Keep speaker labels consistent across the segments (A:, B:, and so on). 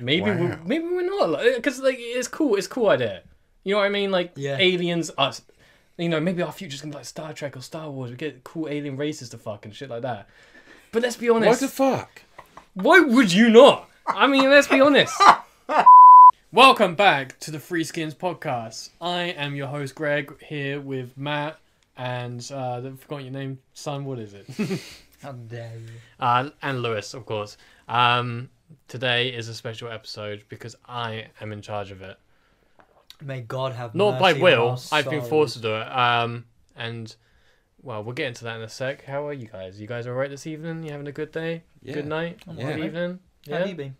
A: Maybe we're,
B: Wow.
A: maybe we're not because like it's cool. It's a cool idea. You know what I mean? Like
C: Yeah.
A: aliens, us. You know, maybe our future's gonna be like Star Trek or Star Wars. We get cool alien races to fuck and shit like that. But let's be
B: What
A: honest.
B: the fuck?
A: Why would you not? I mean, let's be honest. Welcome back to the Free Skins podcast. I am your host Greg here with Matt and uh, I've forgotten your name. Son, what is it?
C: How dare you?
A: uh, and Lewis, of course. Um, today is a special episode because I am in charge of it.
C: May God have
A: Not by
C: mercy on
A: will.
C: our
A: I've been
C: souls.
A: forced to do it. Um, and well, we'll get into that in a sec. How are you guys? You guys all right this evening? You having a good day?
B: Yeah.
A: Good night.
C: I'm
A: Good
B: all right.
A: evening.
C: How
A: Yeah?
C: have you been?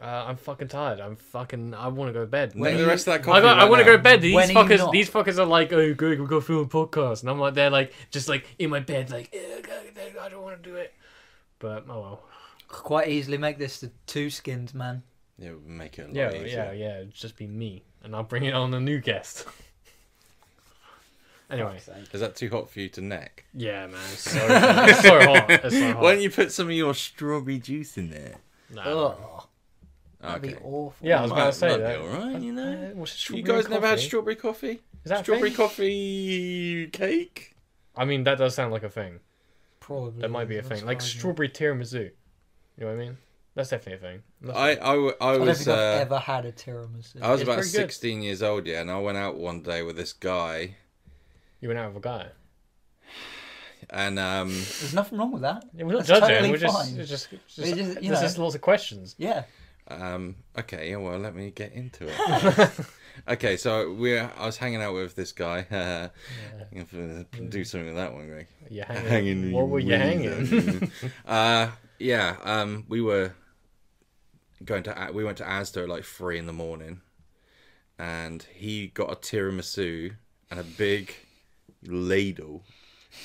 A: Uh, I'm fucking tired. I'm fucking. I want to go to bed.
B: Name
C: When
B: the
C: you-
B: rest of that
A: I,
B: coffee.
A: got, I
B: right
A: want to
B: now.
A: go to bed. These
C: When are you
A: fuckers.
C: not?
A: These fuckers are like, oh, Greg, we've got to film a podcast, and I'm like, they're like, just like in my bed, like, "Eh, God, I don't want to do it. But oh well.
C: Could Quite easily make this the two skins, man.
B: Yeah, we'll make it a lot
A: Yeah, yeah,
B: easier.
A: yeah. It'd just be me, and I'll bring it on a new guest. anyway,
B: Is that too hot for you to neck?
A: yeah, man, it's so, hot. It's so hot. It's so hot.
B: Why don't you put some of your strawberry juice in there?
A: Nah.
C: Oh, that'd
B: Okay.
C: be awful.
A: Yeah, I was
B: Might-
A: about to say
B: might be
A: that.
B: alright, you know.
A: Uh, what's
B: You
A: strawberry
B: guys never had
A: coffee?
B: strawberry coffee?
A: Is that a
B: Strawberry
A: thing?
B: coffee cake?
A: I mean, that does sound like a thing.
C: Probably.
A: That might be a
C: That's
A: thing. Like
C: probably-
A: strawberry tiramisu. You know what I mean? That's definitely a thing. That's
B: I I, w- I
C: I don't
B: was
C: think I've
B: uh,
C: ever had a tiramisu.
B: I was
A: It's
B: about
A: pretty good.
B: 16 years old, yeah, and I went out one day with this guy,
A: You went out with a guy.
B: and um,
C: There's nothing wrong with that.
A: Yeah, we're not
C: That's
A: judging.
C: totally
A: we're just,
C: fine.
A: it's just, it's
C: It's
A: just,
C: just, you
A: there's
C: know.
A: just lots of questions.
C: Yeah.
B: Um, okay, yeah, well, let me get into it. okay, so we're I was hanging out with this guy. I'm gonna do something with that one, Greg.
A: You hanging?
B: Hanging
A: what were you
B: with
A: hanging?
B: uh, yeah, um, we were going to A- we went to Asda at like three in the morning, and he got a tiramisu and a big ladle,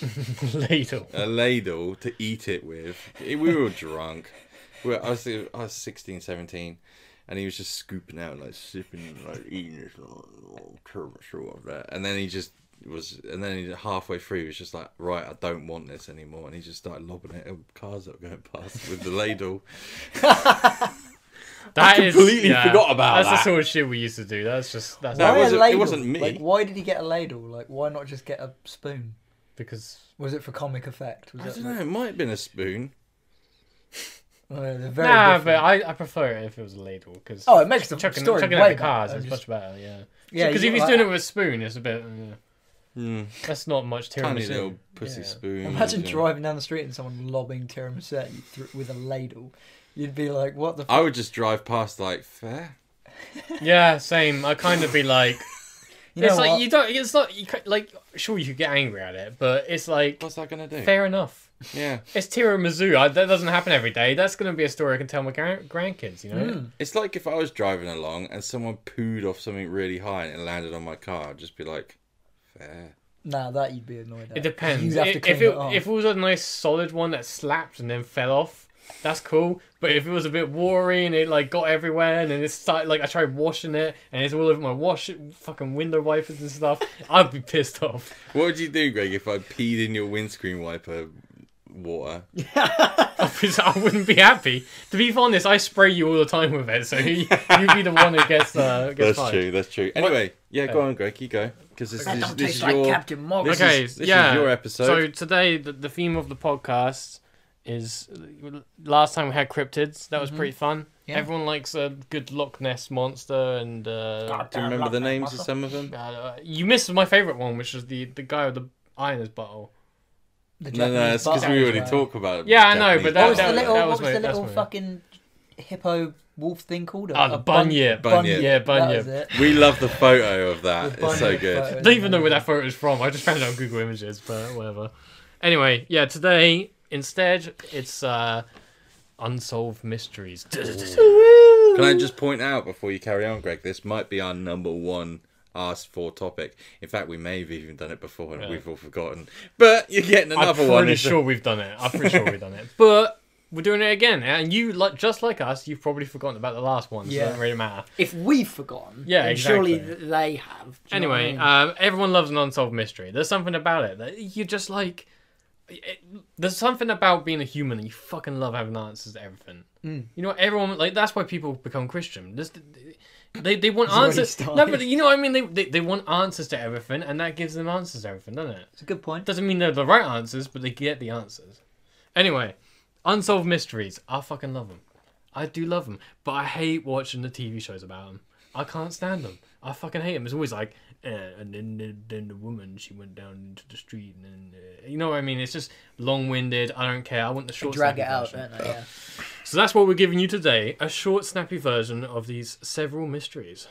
A: Ladle.
B: a ladle to eat it with. We were all drunk. We were, I was I was 16, 17. and he was just scooping out, like sipping, and, like eating his little, little tiramisu of that. And then he just was, and then he, halfway through, he was just like, "Right, I don't want this anymore," and he just started lobbing it at cars that were going past with the ladle.
A: That is-
B: completely forgot about
A: that's
B: that.
A: the sort of shit we used to do. That's just that's
B: No,
C: Why
B: it
C: a
B: wasn't- it
C: ladle?
B: wasn't me.
C: Like, why did he get a ladle? Like, why not just get a spoon?
A: because
C: Was it for comic effect? Was
B: I
C: it
B: don't know. It might have been a spoon.
C: Uh, they're very
A: nah,
C: different.
A: but I, I prefer it if it was a ladle because
C: Oh, it makes the
A: chucking
C: story
A: chucking
C: way
A: out the cars
C: better.
A: is
C: I'm
A: much better. Yeah,
C: Yeah,
A: Because
C: you
A: if he's
C: like
A: doing
C: that.
A: it with a spoon, it's a bit. yeah.
B: Hmm.
A: that's not much tiramisu.
B: Tiny little pussy
A: Yeah.
B: spoon.
C: Imagine
B: yeah.
C: driving down the street and someone lobbing tiramisu at you through, with a ladle. You'd be like, what the f
B: I would just drive past like fair.
A: Yeah, same. I kind of be like,
C: You know
A: it's like
C: what?
A: you don't. It's not you. ca- Like sure, you could get angry at it, but it's like
B: What's that gonna do?
A: fair enough.
B: Yeah,
A: It's tiramisu. I, that doesn't happen every day. That's gonna be a story I can tell my gran- grandkids. You know.
C: Mm.
B: it's like if I was driving along and someone pooed off something really high and it landed on my car, I'd just be like, fair.
C: Nah, that you'd be annoyed at.
A: It depends.
C: You'd have
A: I-
C: to
A: if
C: clean
A: it,
C: it off.
A: if it was a nice solid one that slapped and then fell off, that's cool. But if it was a bit watery and it like got everywhere and then it started like I tried washing it and it's all over my wash fucking window wipers and stuff, I'd be pissed off.
B: What would you do, Greg, if I peed in your windscreen wiper water?
A: Because I wouldn't be happy. To be honest, I spray you all the time with it, so you, you'd be the one that gets uh, gets
B: That's
A: fired.
B: true. That's true. Anyway, yeah, go on, Greg. You go because this, this, this is your
C: Morgan.
B: this
A: okay,
B: is- this is
A: yeah.
B: your episode.
A: So today, the, the theme of the podcast is last time we had cryptids. That was pretty fun.
C: Yeah.
A: Everyone likes a good Loch Ness monster, and uh,
B: Do you remember the names of some of them?
A: uh, you missed my favorite one, which was the the guy with the eye in his bottle.
B: No, no, it's because we already talked about. it.
A: Yeah, I know, but
C: What
A: that-
C: was
A: that-
C: the little,
A: that
C: what
A: was
C: was
A: my-
C: the
A: that's
C: little
A: my-
C: fucking hippo wolf thing called?
A: Ah, the bunyip.
B: Bunyip.
A: Yeah,
C: That was
A: bunyip.
C: it.
B: we love the photo of that.
C: The
B: It's so
C: bunyip
B: good.
C: photo.
A: don't even know where that photo is from. I just found it on Google Images, but whatever. Anyway, yeah, today instead it's uh, unsolved mysteries.
B: Can I just point out before you carry on, Greg? This might be our number one asked for topic. In fact, we may have even done it before and
A: Yeah.
B: we've all forgotten. But you're getting
A: I'm
B: another
A: pretty
B: one. It's-
A: sure we've done it. I'm pretty sure we've done it, but we're doing it again. And you, like, just like us, you've probably forgotten about the last one. So it
C: Yeah.
A: doesn't really matter.
D: If we've forgotten,
A: Yeah,
D: then surely
A: exactly.
D: th- they have. Do you know what I
A: Anyway,
D: mean?
A: um, everyone loves an unsolved mystery. There's something about it that you're just like, it, there's something about being a human that you fucking love having answers to everything.
C: Mm.
A: You know, everyone like that's why people become Christian. This, they they want
C: He's already
A: answers. No,
C: started.
A: but you know what I mean. They, they they want answers to everything, and that gives them answers to everything, doesn't it?
C: It's a good point.
A: Doesn't mean they're the right answers, but they get the answers. Anyway, unsolved mysteries. I fucking love them. I do love them, but I hate watching the TV shows about them. I can't stand them. I fucking hate them. It's always like, eh, and then the, then the woman she went down into the street, and then uh, you know what I mean. It's just long-winded. I don't care. I want the short.
C: Drag it
A: snappy
C: out,
A: version.
C: don't they? Yeah.
A: So that's what we're giving you today a short, snappy version of these several mysteries.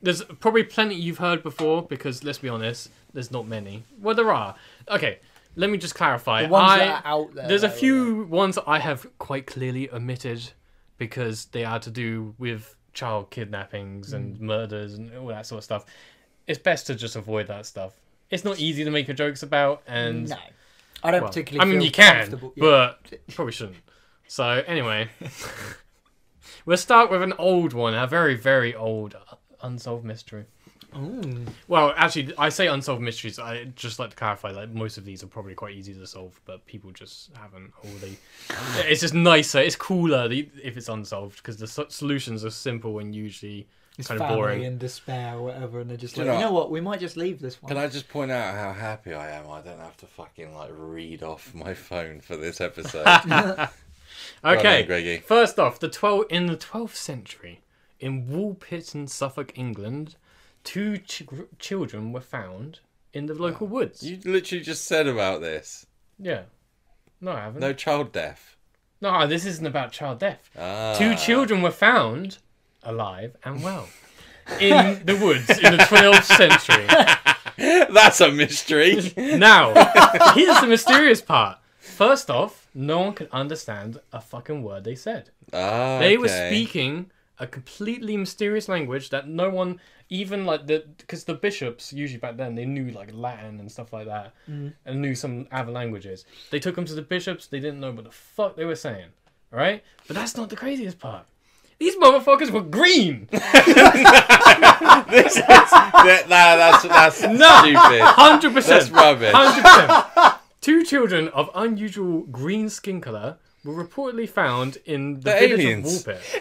A: There's probably plenty you've heard before because, let's be honest, there's not many. Well, there are. Okay, let me just clarify.
C: The ones
A: I,
C: that are out there.
A: there's a
C: though,
A: few ones I have quite clearly omitted because they are to do with child kidnappings and
C: Hmm.
A: murders and all that sort of stuff. It's best to just avoid that stuff. It's not easy to make your jokes about, and
C: No, I don't
A: well,
C: particularly.
A: I mean,
C: feel
A: you can,
C: comfortable- yeah.
A: but probably shouldn't. So anyway, we'll start with an old one, a very, very old uh, unsolved mystery. Well, actually, I say unsolved mysteries. I just like to clarify, like most of these are probably quite easy to solve, but people just haven't. Or they, it's just nicer, it's cooler the- if it's unsolved because the so- solutions are simple and usually
C: It's
A: kind of
C: family
A: boring.
C: in despair or whatever, and they're just
B: Do
C: like,
B: you
C: you
B: know-
C: know what? We might just leave this one.
B: Can I just point out how happy I am? I don't have to fucking like read off my phone for this episode. Well done,
A: Okay,
B: Greggy.
A: First off, the 12 in the 12th century, in Woolpit in Suffolk, England, two ch- children were found in the local woods.
B: Ah, You literally just said about this.
A: Yeah. No, I haven't.
B: No child death.
A: No, ah, this isn't about child death.
B: Ah.
A: Two children were found alive and well in the woods in the 12th century.
B: That's a mystery.
A: Now, here's the mysterious part. First off, no one could understand a fucking word they said.
B: Ah,
A: They were
B: okay.
A: speaking a completely mysterious language that no one, even like the, because the bishops usually back then they knew like Latin and stuff like that, and knew some other languages. They took them to the bishops. They didn't know what the fuck they were saying. All right, but that's not the craziest part. These motherfuckers were green.
B: This is, that, nah, that's that's stupid.
A: Hundred percent.
B: That's rubbish.
A: Hundred percent. Two children of unusual green skin color were reportedly found in the,
B: They're
A: village
B: aliens.
A: of Woolpit,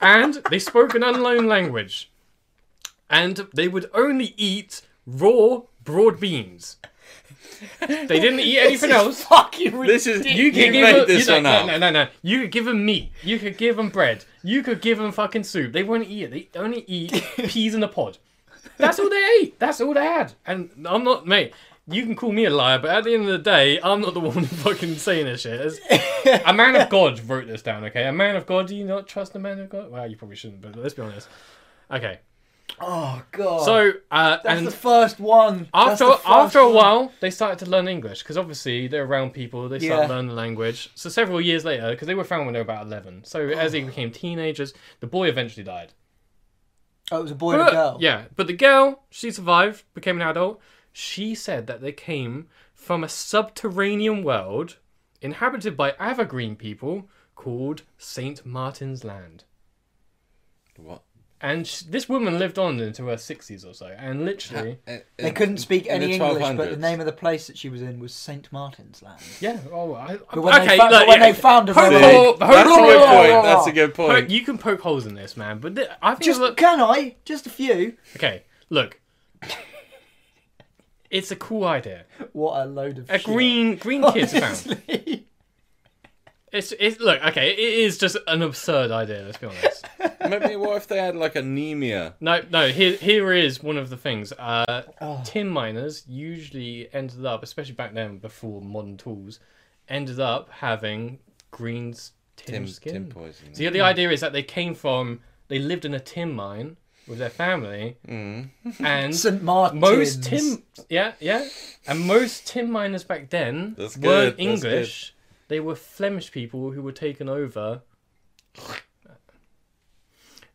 A: and they spoke an unknown language, and they would only eat raw broad beans. They didn't eat anything else.
C: Fucking
B: This is you,
A: You could give
B: made
A: them
B: this
A: you,
B: one
A: no,
B: up.
A: no, no, no. You could give them meat. You could give them bread. You could give them fucking soup. They wouldn't eat it. They only eat peas in a pod. That's all they ate. That's all they had. And I'm not, mate. You can call me a liar, but at the end of the day, I'm not the one fucking saying this shit. It's- a man of God wrote this down. Okay, a man of God. Do you not trust a man of God? Well, you probably shouldn't, but let's be honest. Okay,
C: Oh god.
A: so uh,
C: that's
A: and
C: the first one. That's
A: after
C: the first
A: after a
C: one.
A: while, they started to learn English because obviously they're around people. They start
C: Yeah.
A: learning the language. So several years later, because they were found when they were about eleven. So as they became teenagers, the boy eventually died.
C: Oh, it was a boy and a
A: But-
C: girl.
A: Yeah, but the girl she survived, became an adult. She said that they came from a subterranean world inhabited by evergreen people called Saint Martin's Land.
B: What?
A: And sh this woman lived on into her sixties or so, and literally,
B: In-
C: They couldn't speak
B: in the
C: any English, but the
B: 1200s.
C: name of the place that she was in was Saint Martin's Land.
A: yeah. Oh, I,
C: But when,
A: okay,
C: they, found,
A: look,
C: but when
A: yeah.
C: they found her, they
A: Hold
C: were
A: on,
C: like,
A: hold
B: See,
A: on,
B: That's a
A: hold
B: good
A: on.
B: point. That's a good
A: Poke-
B: point.
A: you can poke holes in this, man. But th- I think
C: just
A: look,
C: can I? Just a few.
A: okay, look, it's a cool idea.
C: What a load of
A: A
C: shit.
A: green green kid's found.
C: Honestly.
A: It's it's look okay. It is just an absurd idea. Let's be honest.
B: Maybe what if they had like anemia?
A: No, no. Here here is one of the things. Uh,
C: Oh.
A: Tin miners usually ended up, especially back then before modern tools, ended up having green s- tin
B: Tim,
A: skin.
B: Tim poison.
A: So the idea is that they came from, they lived in a tin mine with their family, and
C: Saint Martin's.
A: most tin, yeah, yeah, and most tin miners back then
B: That's
A: weren't
B: good, that's good.
A: English. They were Flemish people who were taken over.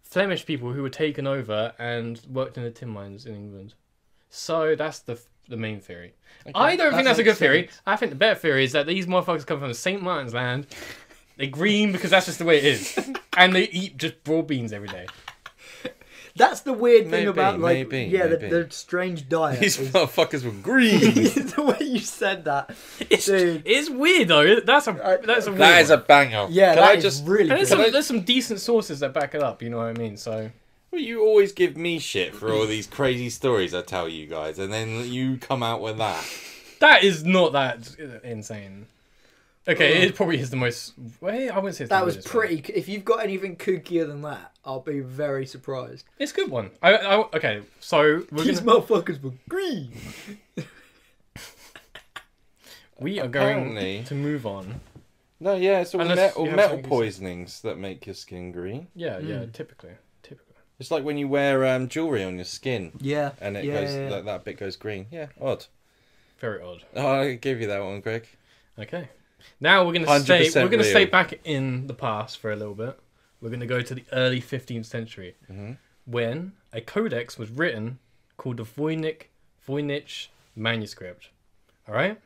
A: Flemish people who were taken over and worked in the tin mines in England. So that's the the main theory. I don't
B: that
A: think that's a good
B: makes
A: theory. I think the better theory is that these motherfuckers come from St. Martin's land. They're green because that's just the way it is. and they eat just broad beans every day.
C: That's the weird thing
B: Maybe,
C: about like
B: maybe,
C: yeah, The,
B: maybe.
C: the strange diet.
B: These
C: is-
B: motherfuckers were green.
C: the way you said that,
A: It's,
C: dude.
A: it's weird though. That's a
C: I-
A: that's a weird
B: that is a
A: one.
B: banger.
C: Yeah,
B: Can
C: that
B: I
C: is
B: just?
A: And
C: really good.
A: there's some
B: Can I-
A: there's some decent sources that back it up. You know what I mean? So
B: Well, you always give me shit for all these crazy stories I tell you guys, and then you come out with that.
A: that is not that insane. Okay, it probably is the most. Well, I wouldn't say it's the
C: That was
A: weirdest one.
C: pretty. If you've got anything kookier than that, I'll be very surprised.
A: It's a good one. I, I okay. So we're
C: These
A: gonna,
C: motherfuckers were green.
A: we are going
B: Apparently-
A: to move on.
B: No, yeah, it's all
A: Unless
B: metal,
A: you have
B: metal
A: something to say.
B: poisonings that make your skin green.
A: Yeah, yeah. Typically, typically.
B: It's like when you wear um, jewelry on your skin
C: Yeah.
B: and it
C: yeah,
B: goes
C: yeah, yeah.
B: That, that bit goes green. Yeah, odd.
A: Very odd.
B: Oh, I give you that one, Greg.
A: Okay. Now we're gonna stay.
B: 100%
A: We're gonna stay
B: real.
A: back in the past for a little bit. We're gonna go to the early 15th century, when a codex was written called the Voynich Voynich manuscript. All right.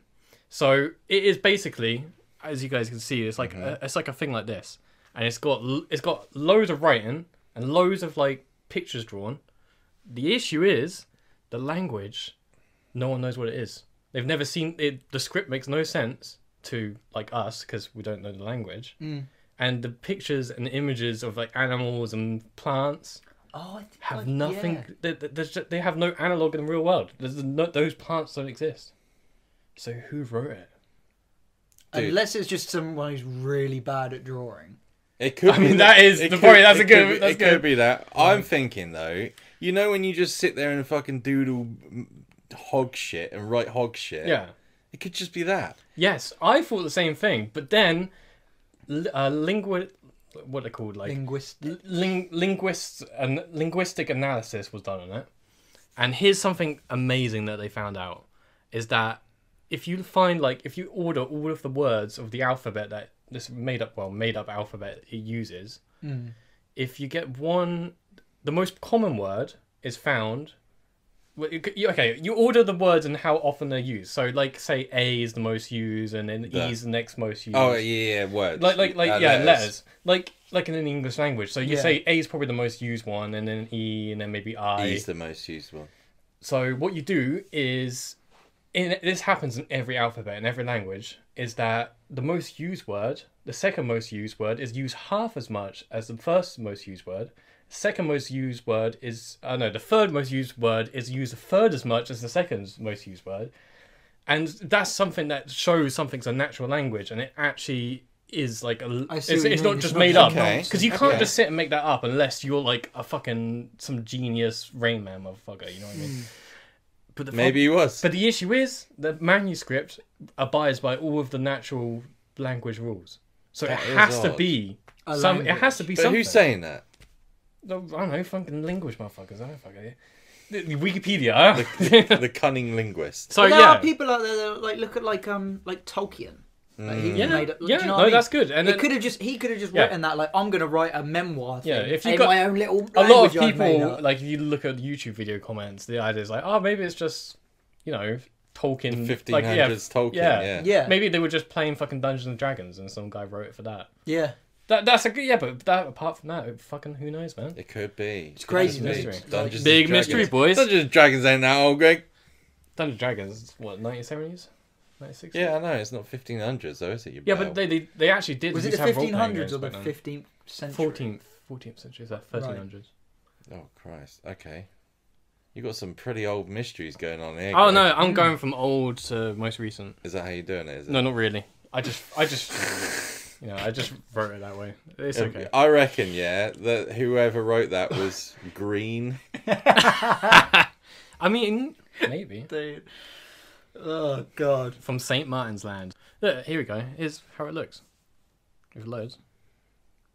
A: So it is basically, as you guys can see, it's like a, it's like a thing like this, and it's got l- it's got loads of writing and loads of like pictures drawn. The issue is the language. No one knows what it is. They've never seen it. The script makes no sense to like us because we don't know the language. And the pictures and images of like animals and plants
C: Oh, I think
A: have
C: I-
A: nothing.
C: yeah.
A: They, they, there's ju- they have no analog in the real world. There's no, those plants don't exist. So who wrote it?
B: Dude.
C: Unless it's just someone who's really bad at drawing.
B: It could.
A: I
B: be
A: mean, that is
B: it
A: the point, that's
B: it
A: a good-
B: Could be,
A: that's
B: it
A: good.
B: could be that. I'm thinking though. You know when you just sit there and fucking doodle mm, hog shit and write hog shit.
A: Yeah.
B: It could just be that.
A: Yes, I thought the same thing, but then li- uh, lingui- what are they called like
C: Linguist.
A: ling- linguists and linguistic analysis was done on it. And here's something amazing that they found out is that if you find like if you order all of the words of the alphabet that this made up well made up alphabet it uses, if you get one, the most common word is found. well, you- you- Okay, you order the words and how often they're used. So, like, say A is the most used, and then E
B: Yeah.
A: is the next most used
B: Oh yeah, yeah words.
A: like like like
B: Uh,
A: yeah letters. like like in an english language so you
C: Yeah.
A: say a is probably the most used one and then e and then maybe i
B: E's the most used one.
A: so what you do is in this happens in every alphabet in every language is that the most used word the second most used word is used half as much as the first most used word second most used word is uh, no the third most used word is used a third as much as the second most used word and that's something that shows something's a natural language and it actually is like a
C: I
A: it's,
C: see
A: it's
C: what you mean,
A: not
C: it's
A: just
C: not
A: made
C: just
A: up
B: nonsense.
A: because you can't
B: Okay.
A: just sit and make that up unless you're like a fucking some genius rain man motherfucker you know what i mean but the fuck-
B: Maybe he was.
A: but the issue is the manuscript abides by all of the natural language rules so
B: That
A: it
B: is
A: has to
B: odd.
A: be
C: A
A: some it
C: language.
A: has to be
B: but
A: something
B: who's saying that?
A: No, i don't know fucking language motherfuckers i don't fucking wikipedia huh?
B: the cunning linguist.
A: so
C: Well, there
A: yeah
C: are people out there that are like look at like um like Tolkien. Like, he
A: Mm. Yeah,
C: made up, do
A: yeah,
C: you know
A: no,
C: what I mean?
A: that's good. And
C: it
A: then-
C: could have just he could have just
A: Yeah.
C: written that like I'm gonna write a memoir thing
A: Yeah, if you
C: in
A: got-
C: my own little
A: a lot of
C: language I've made
A: people
C: up.
A: like if you look at YouTube video comments, the idea is like, oh, maybe it's just you know Tolkien,
B: Fifteen
A: like, yeah,
B: hundreds Tolkien.
A: yeah.
B: Yeah.
C: yeah
A: Maybe they were just playing fucking Dungeons and Dragons, and some guy wrote it for that.
C: yeah
A: That that's a good yeah, but that apart from that, fucking who knows, man.
B: It could be. It's
C: crazy,
A: mystery.
B: Dungeons
A: Big
B: and
A: mystery,
B: Dragons.
A: boys.
B: Dungeons and Dragons ain't that old, Greg.
A: Dungeons and Dragons, what nineteen seventies, ninety six.
B: Yeah, I know. It's not 1500s though, is it? You
A: yeah,
B: bell?
A: but they they, they actually did.
C: was it
A: used to
C: the
A: have role-playing
C: 1500s
A: games
C: or the
A: back then.
C: 15th century
A: 14th, 14th century, so 1300s.
B: Oh Christ. Okay. You got some pretty old mysteries going on here.
A: Oh
B: Greg.
A: no, I'm going from old to most recent.
B: Is that how you're doing it? Is it?
A: No, not really. I just I just you know I just wrote it that way. It's okay.
B: I reckon, yeah, that whoever wrote that was green.
A: I mean, maybe.
C: dude oh god
A: from St. Martin's Land. Look, here we go. Here's how it looks. With loads.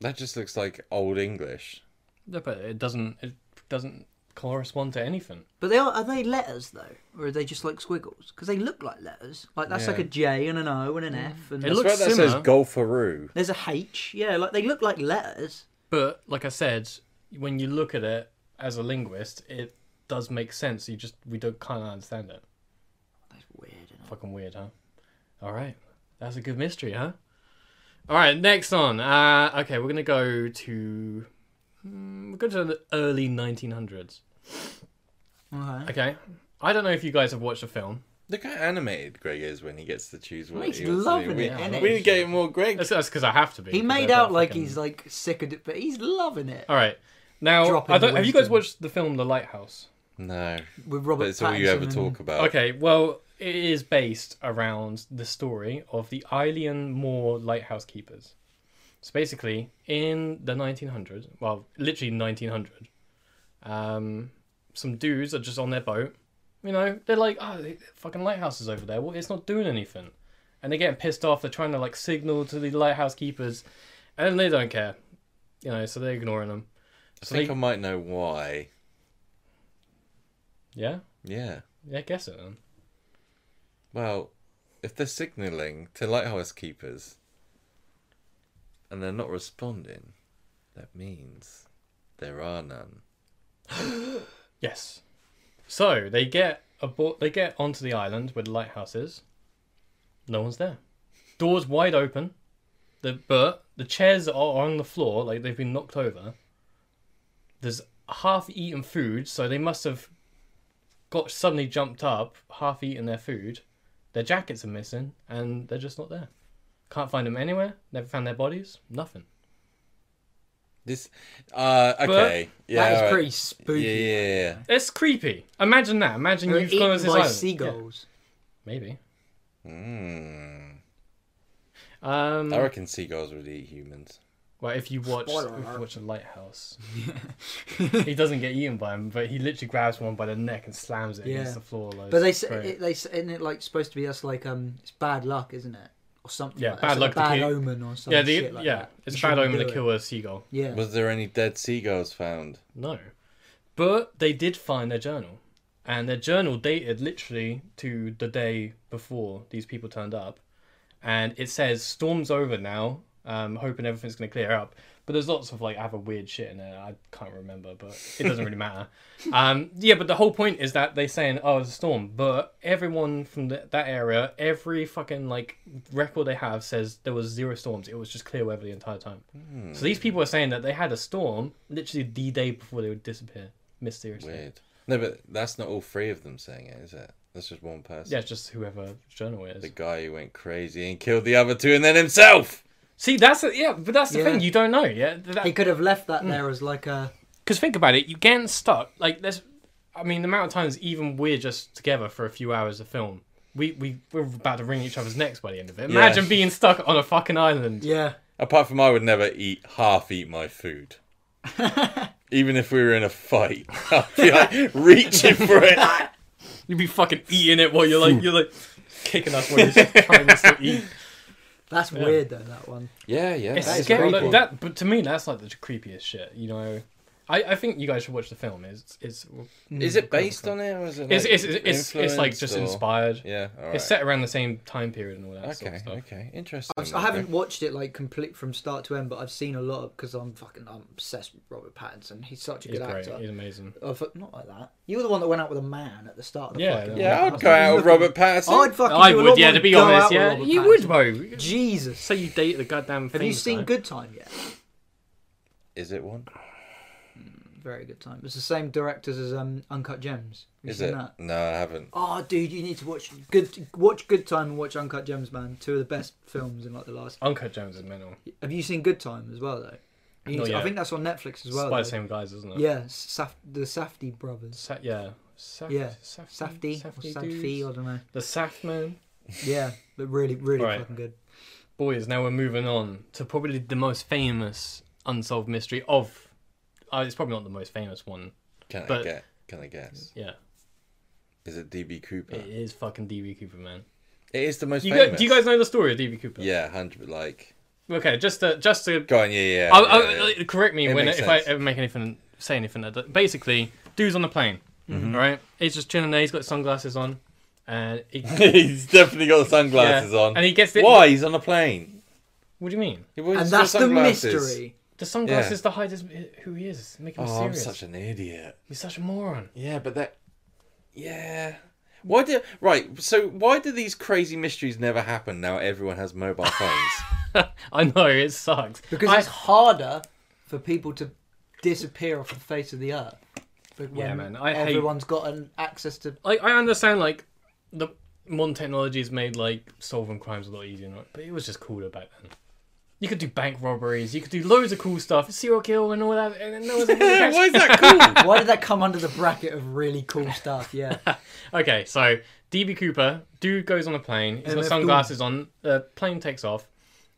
B: That just looks like old English.
A: Yeah, but it doesn't it doesn't correspond to anything.
C: but they are are they letters though or are they just like squiggles because they look like letters like that's
B: Yeah.
C: like a J and an O and an F and
A: It
B: I
A: looks
B: swear that
A: similar.
B: says Golfaroo.
C: there's a H yeah like they look like letters
A: But like I said, when you look at it as a linguist, it does make sense. You just we don't kind of understand it.
C: that's weird isn't it?
A: Fucking weird, huh? All right, that's a good mystery, huh? All right, next on. Uh, okay, we're gonna go to mm, we're going to the early 1900s.
C: Okay.
A: Okay, I don't know if you guys have watched the film.
B: Look how animated Greg is when he gets to choose what
C: He's
B: he wants
C: loving
B: to do.
C: it,
B: We-
C: isn't
B: We
C: he?
B: need to get him more Greg.
A: That's because I have to be.
C: He
A: 'cause
C: made
A: I've got
C: out like
A: fucking-
C: he's like sick of it, but he's loving it
A: All right, now
C: Dropping
A: I don't, have you guys
C: wisdom.
A: watched the film The Lighthouse?
B: No,
C: with Robert.
B: that's all you
C: Pattinson
B: ever
C: and-
B: talk about.
A: Okay, well, it is based around the story of the Eilean Moor lighthouse keepers. So basically, in the 1900s, well, literally 1900, um, some dudes are just on their boat. You know, they're like, oh, the fucking lighthouse is over there. Well, it's not doing anything. And they're getting pissed off. They're trying to, like, signal to the lighthouse keepers. And they don't care. You know, so they're ignoring them.
B: I think
A: they-
B: I might know why.
A: Yeah?
B: Yeah.
A: Yeah, guess it then.
B: Well, if they're signalling to lighthouse keepers and they're not responding, that means there are none.
A: Yes. So they get aboard. They get onto the island where the lighthouse is. No one's there. Doors wide open. The but the chairs are on the floor like they've been knocked over. There's half-eaten food, so they must have got suddenly jumped up, half-eaten their food. Their jackets are missing, and they're just not there. Can't find them anywhere. Never found their bodies. Nothing.
B: This, uh, okay, yeah,
C: that is
B: alright.
C: pretty spooky.
B: Yeah, yeah, yeah.
A: It's creepy. Imagine that. Imagine
C: They're
A: you've gone to
C: eaten
A: this
C: by
A: island. Yeah,
C: seagulls.
A: maybe.
B: Mm.
A: Um,
B: I reckon seagulls would eat humans.
A: Well, if you watch
C: Spoiler
A: if you
C: alert.
A: watch a lighthouse, he doesn't get eaten by him, but he literally grabs one by the neck and slams it
C: Yeah.
A: against the floor. Like,
C: But they
A: it's
C: say
A: great.
C: it, they say- isn't it like supposed to be that's like um it's bad luck, isn't it, or something?
A: Yeah,
C: like
A: bad
C: that. It's like
A: luck to
C: a bad
A: keep-
C: omen or something.
A: yeah, the,
C: shit like
A: yeah,
C: that.
A: it's
C: You
A: a bad
C: shouldn't
A: omen to
C: do it.
A: kill a seagull.
C: Yeah,
B: Was there any dead seagulls found?
A: No, but they did find their journal, and their journal dated literally to the day before these people turned up, and it says storm's over now. Um, hoping everything's gonna clear up. But there's lots of like other weird shit in there. I can't remember, but it doesn't really matter. Um, yeah, but the whole point is that they saying, "Oh, it's a storm," but everyone from th that area, every fucking like record they have says there was zero storms. It was just clear weather the entire time. So these people are saying that they had a storm literally the day before they would disappear mysteriously.
B: Weird. No, but that's not all three of them saying it, is it? That's just one person.
A: Yeah, it's just whoever journal it is.
B: The guy who went crazy and killed the other two and then himself.
A: See, that's the yeah, but that's the
C: Yeah.
A: thing. You don't know. Yeah, That-
C: he could have left that
A: Hmm.
C: there as like a
A: Because think about it, you getting stuck. Like there's, I mean, the amount of times even we're just together for a few hours of film, we we we're about to wring each other's necks by the end of it.
B: Yeah.
A: Imagine being stuck on a fucking island.
C: yeah.
B: Apart from I would never eat half eat my food. Even if we were in a fight, I'd be like reaching for it.
A: You'd be fucking eating it while you're like you're like kicking us while you're just trying to still eat.
C: That's weird though. That one.
B: Yeah, yeah.
A: It's
B: that is
A: scary.
B: creepy.
A: Like, that, but to me, that's like the creepiest shit. You know, I, I think you guys should watch the film. It's it's
B: hmm, Is it based on it or is it?
A: it's
B: like,
A: it's it's, it's, it's like
B: influenced
A: just
B: or-
A: inspired.
B: Yeah, all right.
A: It's set around the same time period and all that sort of
B: okay,
A: stuff.
B: okay, interesting.
C: I've, I haven't watched it like complete from start to end, but I've seen a lot of because I'm fucking I'm obsessed with Robert Pattinson. He's such a
A: He's
C: good
A: great.
C: actor.
A: He's amazing.
C: Oh, fuck, not like that. You're the one that went out with a man at the start of the
A: Yeah,
C: fucking.
A: yeah.
B: Yeah, I'd
C: podcast.
B: go out with Robert Pattinson.
C: Oh, I'd fucking.
A: I
C: do a
A: would,
C: lot
A: yeah.
C: more
A: To
C: than
A: be
C: go out
A: honest,
C: with
A: yeah,
C: Robert
A: you
C: Pattinson.
A: would, bro.
C: Jesus.
A: Say you date the goddamn.
C: Have you
A: famous
C: seen
A: guy.
C: Good Time yet?
B: Is it one?
C: Very good time. It's the same directors as um, Uncut Gems. Have you
B: Is
C: seen
B: it?
C: that?
B: No, I haven't.
C: Oh, dude, you need to watch good watch Good Time and watch Uncut Gems, man. Two of the best films in like the last.
A: Uncut Jones is mental.
C: Have you seen Good Time as well though? You need
A: Not
C: to- I
A: yet.
C: think that's on Netflix as
A: It's
C: well.
A: by the
C: though.
A: same guys, isn't it?
C: Yeah, Saf- the Safdie brothers.
A: Sa- yeah. Saf-
C: Yeah.
A: Safdie.
C: Safdie or Safdie,
A: dudes.
C: I don't know.
A: The Safman.
C: Yeah, but really, really
A: Right.
C: fucking good.
A: Boys, now we're moving on to probably the most famous unsolved mystery of. Uh, it's probably not the most famous one.
B: Can I
A: But-
B: get? Can I guess?
A: Yeah.
B: Is it DB Cooper?
A: It is fucking D.B. Cooper, man.
B: it is the most
A: You
B: famous.
A: guys, do you guys know the story of D.B. Cooper?
B: Yeah, hundred. Like,
A: Okay, just to, just to
B: go on. Yeah, yeah.
A: I,
B: yeah,
A: I,
B: yeah.
A: like, correct me
B: It
A: when
B: makes
A: if I
B: sense.
A: ever make anything say anything that that- basically dude's on the plane
B: Mm-hmm.
A: all right he's just chilling there he's got sunglasses on and he,
B: He's definitely got sunglasses
A: Yeah,
B: on.
A: and he gets it-
B: Why? He's on a plane.
A: what do you mean
B: He always
C: and
B: has
C: that's the
B: sunglasses.
C: mystery.
A: the sunglasses to hide his, who he is make him
B: Oh, I'm
A: serious
B: such an idiot.
A: you're such a moron
B: Yeah, but that. Yeah. Why do right? So why do these crazy mysteries never happen now? Everyone has mobile phones.
A: I know it sucks
C: Because
A: I,
C: it's harder for people to disappear off the face of the earth. But
A: Yeah,
C: when
A: man, I hate-
C: everyone's got an access to
A: Like I understand, like the modern technology has made like solving crimes a lot easier, right? but it was just cooler back then. You could do bank robberies, you could do loads of cool stuff, serial kill and all that, and then no one's ever gonna catch
B: Why is that cool?
C: Why did that come under the bracket of really cool stuff? Yeah.
A: Okay, so DB Cooper, dude goes on a plane. He's got
C: MF
A: sunglasses on. The plane takes off,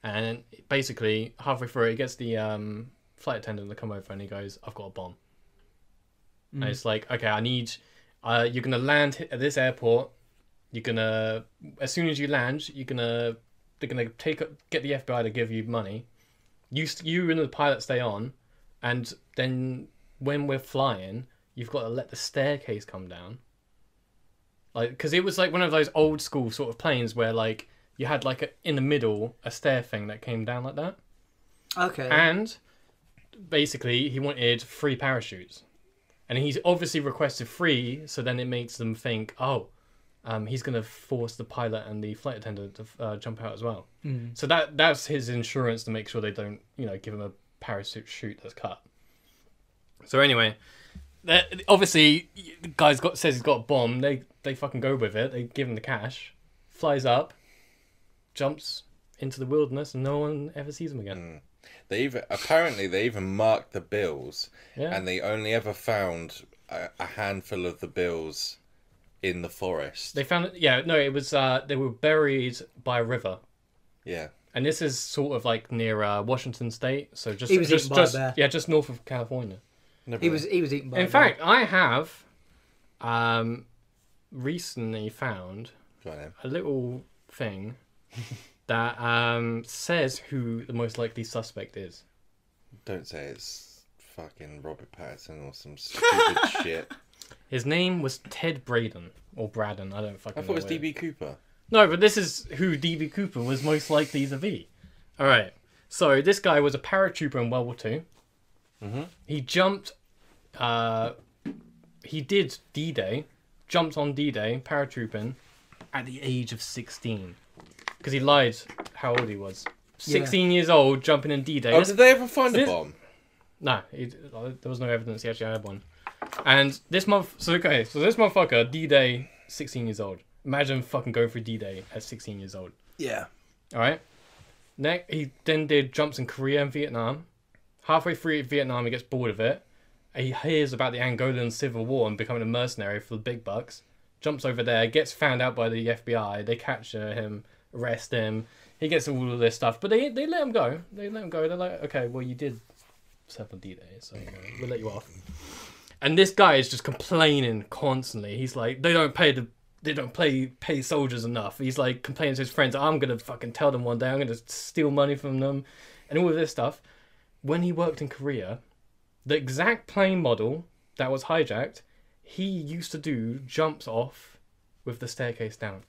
A: and basically halfway through, he gets the um, flight attendant to come over, and he goes, "I've got a bomb." And it's like, okay, I need. Uh, you're gonna land hi- at this airport. You're gonna, as soon as you land, you're gonna, they're gonna take up- get the FBI to give you money. You st- you and the pilot stay on, and then when we're flying, you've got to let the staircase come down like because it was like one of those old school sort of planes where like you had like a, in the middle a stair thing that came down like that
C: Okay.
A: and basically he wanted three parachutes and he's obviously requested three so then it makes them think oh um, he's going to force the pilot and the flight attendant to uh, jump out as well so that that's his insurance to make sure they don't you know give him a parachute shoot that's cut so anyway that- obviously the guy's got says he's got a bomb they they fucking go with it they give him the cash flies up jumps into the wilderness and no one ever sees him again
B: They even apparently they even marked the bills,
A: Yeah.
B: and they only ever found a, a handful of the bills in the forest.
A: They found it. Yeah, no, it was. Uh, they were buried by a river,
B: Yeah,
A: and this is sort of like near uh, Washington State. So just
C: He was
A: just,
C: eaten by a
A: just-
C: bear.
A: yeah, just north of California.
B: never
C: he was he was eaten by.
A: In
C: a
A: fact, I have um, recently found
B: Go on then.
A: a little thing that um, says who the most likely suspect is.
B: Don't say it's fucking Robert Pattinson or some stupid shit.
A: His name was Ted Braden or Braden. I don't fucking.
B: I
A: know
B: thought it was
A: where-
B: DB Cooper.
A: No, but this is who DB Cooper was most likely to be. All right. So this guy was a paratrooper in World War 2
B: Mm-hmm.
A: He jumped. Uh, he did D Day, jumped on D Day, paratrooping, at the age of 16. Because he lied how old he was. 16 years old, jumping in D Day.
B: Oh, did they ever find a
A: this-
B: bomb?
A: No, he, uh, there was no evidence he actually had one. And this month, so okay, so this motherfucker, D Day, 16 years old. Imagine fucking going through D Day at 16 years old.
B: Yeah.
A: All right. Next, he then did jumps in Korea and Vietnam. Halfway through Vietnam, he gets bored of it. He hears about the Angolan Civil War and becoming a mercenary for the big bucks. Jumps over there, gets found out by the FBI. They capture him, arrest him. He gets all of this stuff, but they they let him go. They let him go. They're like, okay, well you did serve on D-Day, so uh, we'll let you off. And this guy is just complaining constantly. He's like, they don't pay the they don't pay pay soldiers enough. He's like complaining to his friends, I'm gonna fucking tell them one day, I'm gonna steal money from them, and all of this stuff. When he worked in Korea, the exact plane model that was hijacked, he used to do jumps off with the staircase down.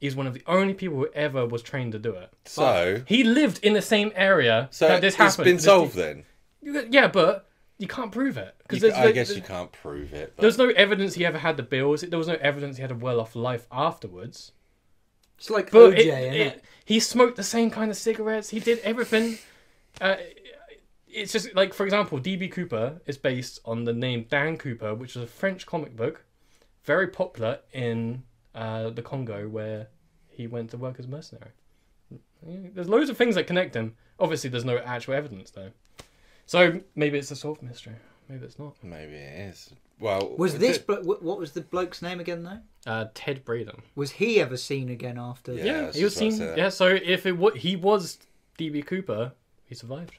A: He's one of the only people who ever was trained to do it.
B: So,
A: He lived in the same area
B: so
A: that this
B: it's
A: happened.
B: been
A: This-
B: solved then.
A: you- Yeah, but you can't prove it
B: You
A: because
B: ca- I guess you can't prove it. But
A: There's no evidence he ever had the bills. There was no evidence he had a well-off life afterwards.
C: It's like
A: But
C: OJ,
A: it-
C: innit?
A: it- he smoked the same kind of cigarettes. He did everything. Uh, it's just like, for example, DB Cooper is based on the name Dan Cooper, which is a French comic book, very popular in uh, the Congo where he went to work as a mercenary. There's loads of things that connect him. Obviously, there's no actual evidence though, so maybe it's a solved mystery. Maybe it's not.
B: Maybe it is. Well,
C: was
B: it-
C: this blo- wh- what was the bloke's name again though?
A: Uh, Ted Braden.
C: Was he ever seen again after?
B: Yeah.
A: Yeah,
B: that's
A: he was
B: just what I
A: seen.
B: said.
A: Yeah, so if it wa he was DB Cooper, he survived.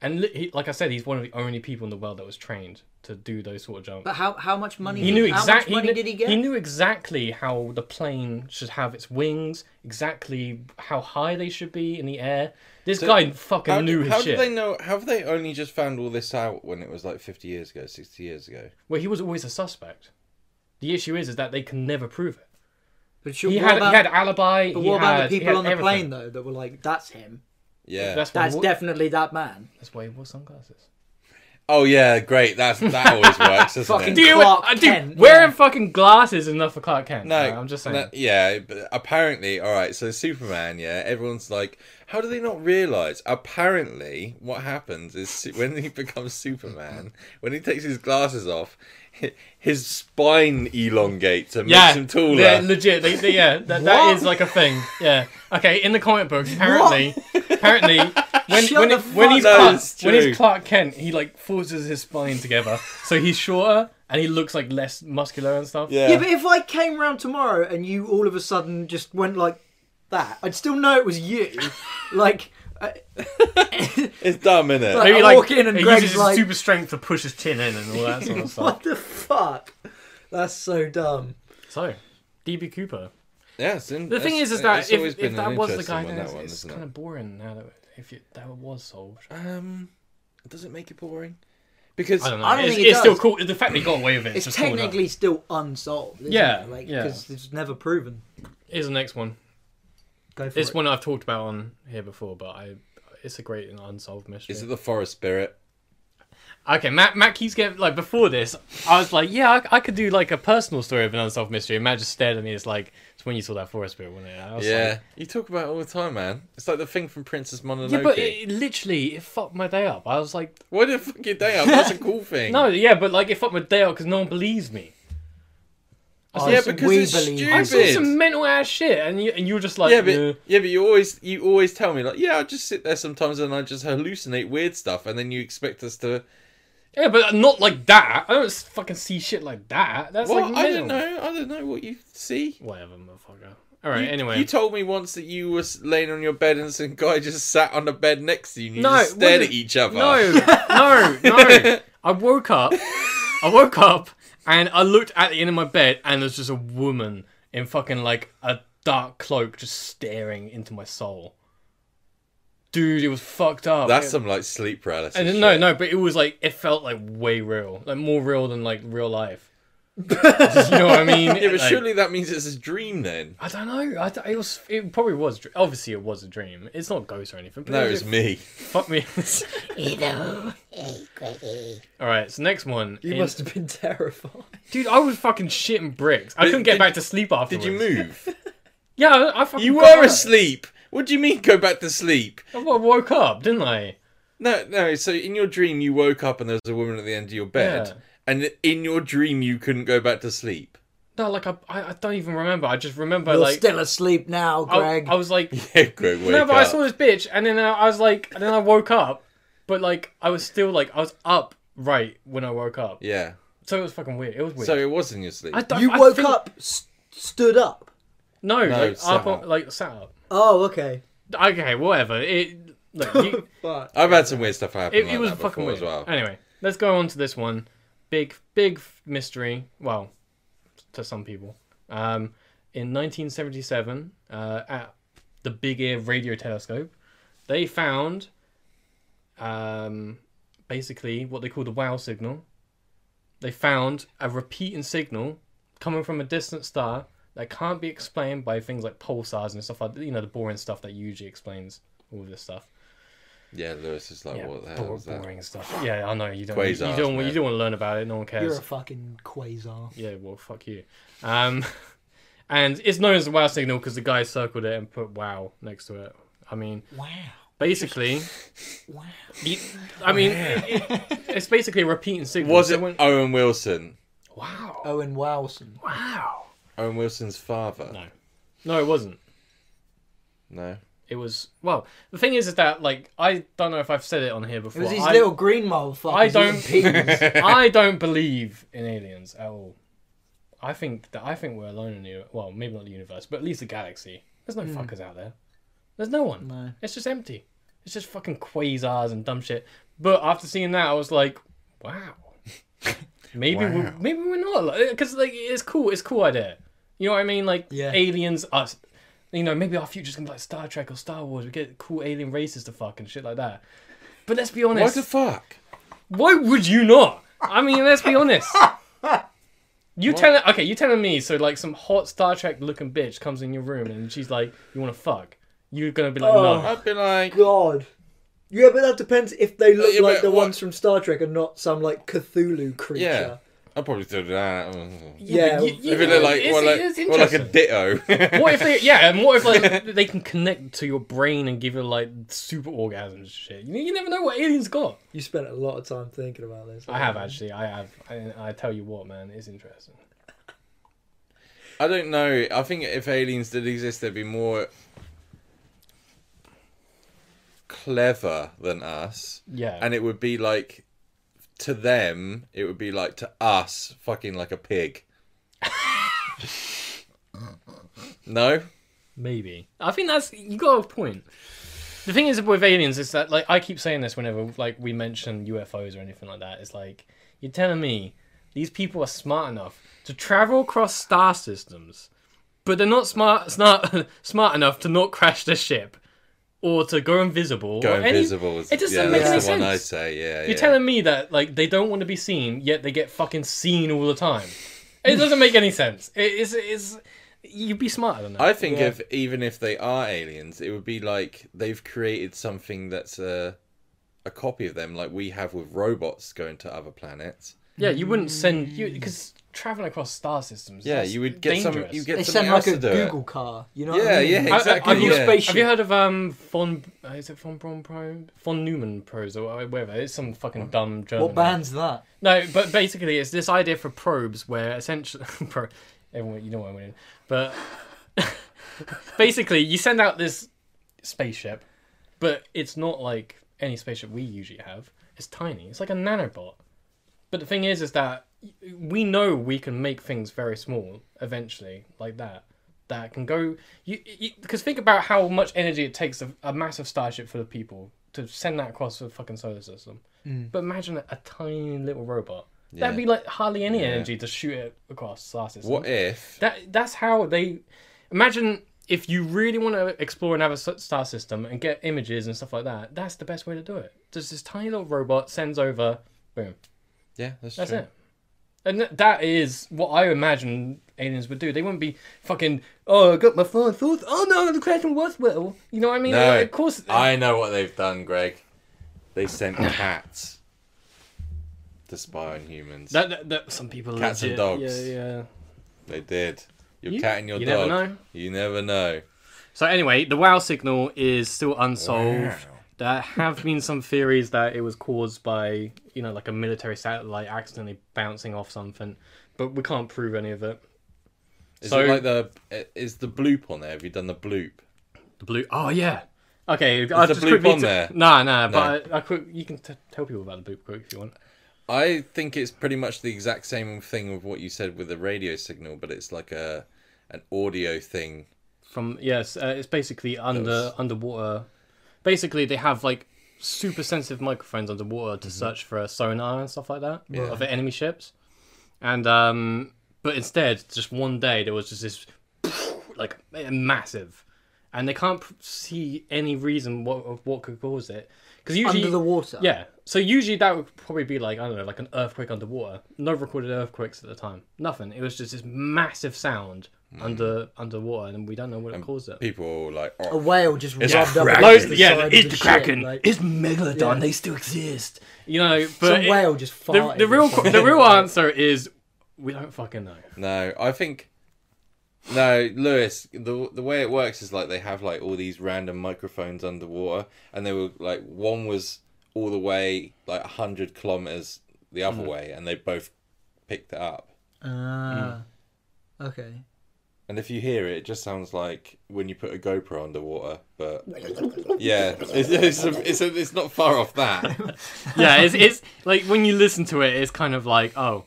A: And li- he, like I said, he's one of the only people in the world that was trained to do those sort of jumps.
C: But how how much money?
A: he knew
C: How much
A: exactly.
C: money did he get?
A: knew exactly how the plane should have its wings, exactly how high they should be in the air. This guy fucking
B: How,
A: knew
B: do,
A: his
B: how do
A: shit.
B: they know? How have they only just found all this out when it was like 50 years ago, 60 years ago?
A: Well, he was always a suspect. The issue is, is that they can never prove it.
C: but sure,
A: He
C: what
A: had,
C: about,
A: he had alibi.
C: but
A: he
C: what about
A: had-
C: the
A: he
C: people
A: had
C: on the
A: everything.
C: plane though that were like, "That's him.
B: Yeah.
A: That's,
C: That's
A: why,
C: definitely that man."
A: that's why he wore sunglasses.
B: Oh yeah, great. That's that always works, doesn't
C: Fucking
B: it?
A: Do you,
C: Clark
A: uh, dude,
C: Kent,
A: wearing
C: yeah.
A: fucking glasses is enough for Clark Kent.
B: No,
A: alright, I'm just saying.
B: no, yeah, but apparently, all right. So Superman, yeah, everyone's like, how do they not realize? Apparently, what happens is su- when he becomes Superman, when he takes his glasses off, hi- his spine elongates and
A: yeah,
B: makes him taller.
A: yeah, legit. They, they, yeah, that, that
C: What?
A: is like a thing. Yeah. Okay, in the comic books, apparently, apparently, when
C: Shut
A: when,
C: the
A: he- when
C: fuck
A: he's
B: up. No,
A: Clark,
B: it's
A: when he's
B: true.
A: Clark Kent, he like forces his spine together, so he's shorter and he looks like less muscular and stuff.
B: yeah.
C: Yeah, but if I came round tomorrow and you all of a sudden just went like that, I'd still know it was you. like, uh, I-
B: it's dumb, is it?
A: Maybe
C: I
A: like
C: walk in and
A: he
C: Greg's
A: uses his
C: like-
A: super strength to push his chin in and all that sort of stuff.
C: what the fuck? That's so dumb.
A: So, DB Cooper.
B: yeah. It's in,
A: The thing is,
B: it's-
A: is
B: it's
A: that
B: always
A: if,
B: been
A: if
B: an
A: that was the
B: interesting
A: guy,
B: one,
A: then
B: that
A: it's,
B: one,
A: it's
B: isn't
A: kind of boring now that if it, that was solved.
B: it? Um, does it make it boring? Because
A: I don't know.
C: I don't
A: it's
C: think it
A: it's still
C: does.
A: cool. The fact they got away with it,
C: It's,
A: just cool enough.
C: technically still unsolved. Isn't
A: Yeah,
C: it? like
A: yeah.
C: because it's never proven.
A: Here's the next one.
C: Go for
A: It's
C: it.
A: one I've talked about on here before, but I it's a great and unsolved mystery.
B: is it the Forest Spirit?
A: Okay, Matt, Matt keeps getting like before this. I was like, yeah, I, I could do like a personal story of an unsolved mystery. And Matt just stared at me. It's like it's when you saw that forest spirit, wasn't it? I was
B: Yeah,
A: like,
B: you talk about it all the time, man. It's like the thing from Princess Mononoke.
A: yeah, but it, it literally it fucked my day up. I was like,
B: Why did it fuck your day up? That's a cool thing.
A: no, yeah, but like it fucked my day up because no one believes me.
C: Oh,
B: yeah,
C: so
B: because
C: we
B: it's
C: believe
B: stupid.
A: I saw
B: Stupid.
A: some mental ass shit, and you and you were just like,
B: yeah, but
A: "Uh,
B: yeah, but you always you always tell me like, yeah, I just sit there sometimes and I just hallucinate weird stuff, and then you expect us to.
A: yeah, but not like that. I don't s- fucking see shit like that. That's
B: Well,
A: like
B: I
A: mental.
B: don't know. I don't know what you see.
A: Whatever, motherfucker. All right.
B: You-
A: anyway,
B: you told me once that you were laying on your bed and some guy just sat on the bed next to you and you
A: No,
B: just stared
A: wasn't-
B: at each other.
A: No, no, no. I woke up. I woke up and I looked at the end of my bed and there's just a woman in fucking like a dark cloak just staring into my soul. Dude, it was fucked up.
B: that's
A: It-
B: some like sleep paralysis.
A: and then-
B: shit.
A: no, no, but it was like it felt like way real, like more real than like real life. you know what I mean?
B: yeah, but
A: Like-
B: surely that means it's a dream then.
A: I don't know. I, don't- it was. It probably was. dr- Obviously, it was a dream. It's not ghosts or anything. But
B: No,
A: it was
B: it's me.
A: Fuck me. All right, so next one.
C: You
A: is-
C: must have been terrified.
A: Dude, I was fucking shitting bricks. I
B: Did-
A: couldn't get
B: did-
A: back to sleep
B: Did
A: afterwards.
B: you move?
A: Yeah, I, I fucking.
B: you
A: got
B: were
A: up.
B: asleep. What do you mean go back to sleep?
A: I wo- woke up, didn't I?
B: No, no. So in your dream, you woke up and there was a woman at the end of your bed,
A: Yeah.
B: and in your dream, you couldn't go back to sleep.
A: No, like I, I, I don't even remember. I just remember
C: You're
A: like
C: still asleep now,
A: I,
C: Greg.
A: I was like,
B: Yeah, Greg, wake
A: no, but I
B: up.
A: saw this bitch, and then I, I was like, and then I woke up, but like I was still like I was up right when I woke up,
B: Yeah.
A: so it was fucking weird. It was weird.
B: So it was in your sleep.
A: I don't-
C: you
A: I
C: woke
A: think-
C: up, st- stood up.
A: No, like
B: sat
A: up,
B: up.
A: on- like sat up.
C: Oh, okay.
A: Okay, whatever. It look, you,
C: But
B: I've had some weird stuff happen.
A: it,
B: like
A: it was
B: that
A: fucking
B: before
A: weird.
B: as well.
A: Anyway, let's go on to this one. Big, big f- mystery. Well, to some people. Um, in 1977, uh, at the Big Ear Radio Telescope, they found um, basically what they call the wow signal. They found a repeating signal coming from a distant star that can't be explained by things like pulsars and stuff like you know the boring stuff that usually explains all of this stuff.
B: Yeah, Lewis is like,
A: Yeah,
B: what the
A: bo-
B: hell was that?
A: boring stuff. Yeah, I know you don't. you-
B: Quasars,
A: you don't. You
B: man.
A: don't want to learn about it. No one
C: you're
A: cares.
C: a fucking quasar.
A: Yeah, well, fuck you. Um, and it's known as the wow signal because the guy circled it and put wow next to it. I mean,
C: Wow.
A: basically,
C: Wow.
A: you- I mean, it- it- it's basically a repeating signal.
B: Oh, Was
A: So
B: it
A: when-
B: Owen Wilson?
A: wow.
C: Owen Wilson.
A: Wow.
B: Owen Wilson's father?
A: No. No, it wasn't.
B: No.
A: It was well. The thing is, is that like I don't know if I've said it on here
C: It
A: before.
C: was these
A: I,
C: little green motherfuckers.
A: I don't-
C: eating peas.
A: I don't believe in aliens at all. I think that I think we're alone in the well, maybe not the universe, but at least the galaxy. There's no fuckers out there. There's no one.
C: No.
A: It's just empty. It's just fucking quasars and dumb shit. But after seeing that, I was like, wow. Maybe we're, maybe we're not because like it's cool. It's a cool idea. You know what I mean? Like
C: Yeah.
A: aliens us. You know, maybe our future's gonna be like Star Trek or Star Wars. We get cool alien races to fuck and shit like that. But let's be honest.
B: What the fuck?
A: Why would you not? I mean, let's be honest. You telling okay? You telling me so like some hot Star Trek looking bitch comes Oh, in your room and she's like, "You want to fuck?" You're gonna be like, "No."
B: I'd be like,
C: God. Yeah, but that depends if they look
B: yeah,
C: like
B: but
C: the
B: what-
C: ones from Star Trek and not some like Cthulhu creature.
B: Yeah. I'd probably do that.
C: Yeah,
A: but
C: well,
B: If it looked like,
A: it's-
B: well, like,
A: it's
B: well, like a
A: interesting.
B: ditto.
A: What if they? Yeah, and what if like they can connect to your brain and give you like super orgasms and shit? You, you never know what aliens got.
C: You spent a lot of time thinking about this.
A: I have actually. I have. I, I tell you what, man, it's interesting.
B: I don't know. I think if aliens did exist, they'd be more clever than us,
A: Yeah.
B: and it would be like to them, it would be like to us, fucking like a pig. no,
A: Maybe. I think that's you got a point. The thing is with aliens is that like I keep saying this whenever like we mention UFOs or anything like that. It's like you're telling me these people are smart enough to travel across star systems, but they're not smart smart smart enough to not crash their ship or to go invisible.
B: go
A: or any-
B: invisible. is-
A: it doesn't
B: yeah,
A: make
B: that's
A: any
B: the one I
A: sense.
B: say. Yeah,
A: You're telling me that like they don't want to be seen, yet they get fucking seen all the time. It doesn't make any sense. It is is you'd be smarter than that.
B: I think
C: Yeah.
B: if even if they are aliens, it would be like they've created something that's a a copy of them, like we have with robots going to other planets.
A: Yeah, you wouldn't send you because traveling across star systems.
B: Yeah,
A: that's
B: you would get some.
A: dangerous.
B: You get
C: They
B: something
C: send like
B: else
C: a
B: to do it.
C: Google car. You know?
B: Yeah,
C: what I mean?
B: yeah,
A: I- I-
B: exactly.
A: have, you,
B: yeah.
C: spaceship.
A: have you heard of um von? uh, Is it von Braun Pro? Von Neumann Pros or whatever? It's some fucking dumb German.
C: What band's that?
A: No, but basically, it's this idea for probes where essentially, pro, everyone, you know what I mean. But basically, you send out this spaceship, but it's not like any spaceship we usually have. It's tiny. It's like a nanobot. But the thing is, is that we know we can make things very small eventually, like that. That can go. You because think about how much energy it takes a, a massive starship full of people to send that across the fucking solar system. But imagine a, a tiny little robot. That'd be like hardly any
B: Yeah.
A: energy to shoot it across solar system.
B: What if?
A: That that's how they imagine. If you really want to explore another s- star system and get images and stuff like that, that's the best way to do it. Just this tiny little robot sends over, boom,
B: Yeah, that's,
A: that's
B: true.
A: it. And th- that is what I imagine aliens would do. They wouldn't be fucking, oh, I got my phone thoughts. Oh no, the question was well. You know what I mean?
B: No,
A: Like, of course. uh,
B: I know what they've done, Greg. They sent cats to spy on humans.
A: that, that, that some people
B: Cats and
A: legit-
B: dogs.
A: Yeah, yeah.
B: They did. Your
A: You-
B: cat and your
A: you never
B: dog.
A: know.
B: You never know.
A: So anyway, the wow signal is still unsolved. There have been some theories that it was caused by, you know, like a military satellite accidentally bouncing off something, but we can't prove any of it.
B: Is
A: So-
B: it like the is the bloop on there? Have you done the bloop?
A: The blue. Oh yeah. Okay, I'll
B: the
A: just
B: bloop
A: quickly.
B: on
A: t-
B: there?
A: Nah, nah. But I, I quick, you can t- tell people about the bloop quick if you want.
B: I think it's pretty much the exact same thing with what you said with the radio signal, but it's like a an audio thing.
A: From yes, uh, it's basically under underwater. Basically, they have like super sensitive microphones underwater
C: Mm-hmm.
A: to search for a sonar and stuff like that of the enemy ships, and um, but instead, just one day there was just this like massive, and they can't pr- see any reason what of what could cause it because usually
C: Under the water.
A: Yeah. So usually that would probably be like I don't know, like an earthquake underwater. No recorded earthquakes at the time. Nothing. It was just this massive sound under underwater, Mm. and we don't know what it caused it.
B: People are all like,
C: A
B: oh,
C: whale just rubbed up.
B: kraken.
C: against
B: Loads-
C: side of ship, like-
A: is megalodon.
C: Yeah.
A: They still exist. You know,
C: Some
A: but it-
C: whale just
A: the,
C: farted.
A: the
C: or
A: real
C: something.
A: the real answer is we don't fucking know.
B: no, I think no, Lewis. The the way it works is like they have like all these random microphones underwater, and they were like one was all the way like hundred kilometers the other way, and they both picked it up.
C: Ah. Okay.
B: And if you hear it, it just sounds like when you put a GoPro underwater. But yeah, it's it's, a, it's, a, it's not far off that.
A: Yeah, it's, it's like when you listen to it, it's kind of like oh,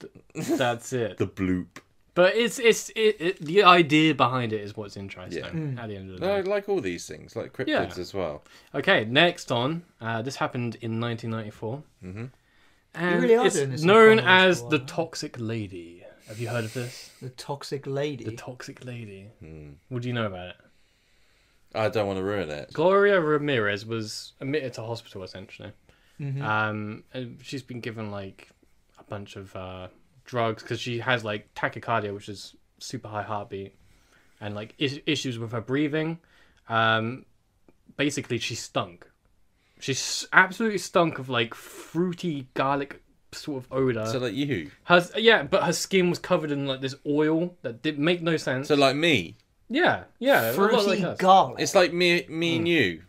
A: th- that's it.
B: the bloop.
A: But it's it's it, it, the idea behind it is what's interesting
B: Yeah.
A: at the end of the
B: No,
A: day.
B: like all these things, like cryptids
A: Yeah.
B: as well.
A: Okay, next on. Uh, this happened in 1994. Mm-hmm. And
C: You really are
A: it's
C: doing this in
A: known
C: chronological
A: as
C: order,
A: the
C: huh?
A: Toxic Lady. Have you heard of this?
C: The toxic
A: The
C: lady.
A: Toxic Lady. What do you know about it?
B: I don't want to ruin it.
A: Gloria Ramirez was admitted to hospital essentially.
B: Mm-hmm.
A: Um, and she's been given like a bunch of uh, drugs because she has like tachycardia, which is super high heartbeat, and like is- issues with her breathing. Um, basically, she stunk. She's absolutely stunk of like fruity garlic sort of odor.
B: So like you.
A: her, yeah, but her skin was covered in like this oil that did make no sense.
B: So like me.
A: yeah, yeah, a lot
C: Fruity
A: like us.
C: garlic.
B: It's like me, me and you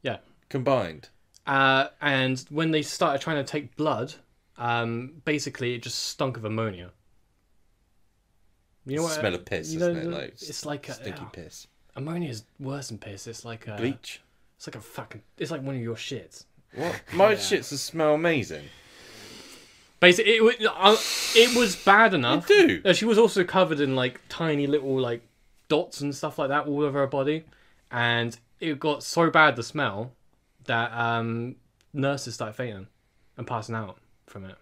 A: yeah.
B: combined.
A: Uh, and when they started trying to take blood, um, basically it just stunk of ammonia. You know
B: It's
A: what?
B: the smell of piss,
A: you
B: isn't
A: know,
B: it? Like
A: it's like a,
B: stinky
A: oh,
B: piss.
A: ammonia is worse than piss. It's like a,
B: Bleach.
A: It's like a fucking. It's like one of your shits.
B: What? My shits that smell amazing.
A: Basically, it was uh, it was bad enough.
B: do.
A: Uh, She was also covered in like tiny little like dots and stuff like that all over her body, and it got so bad the smell that um, nurses started fainting and passing out from it.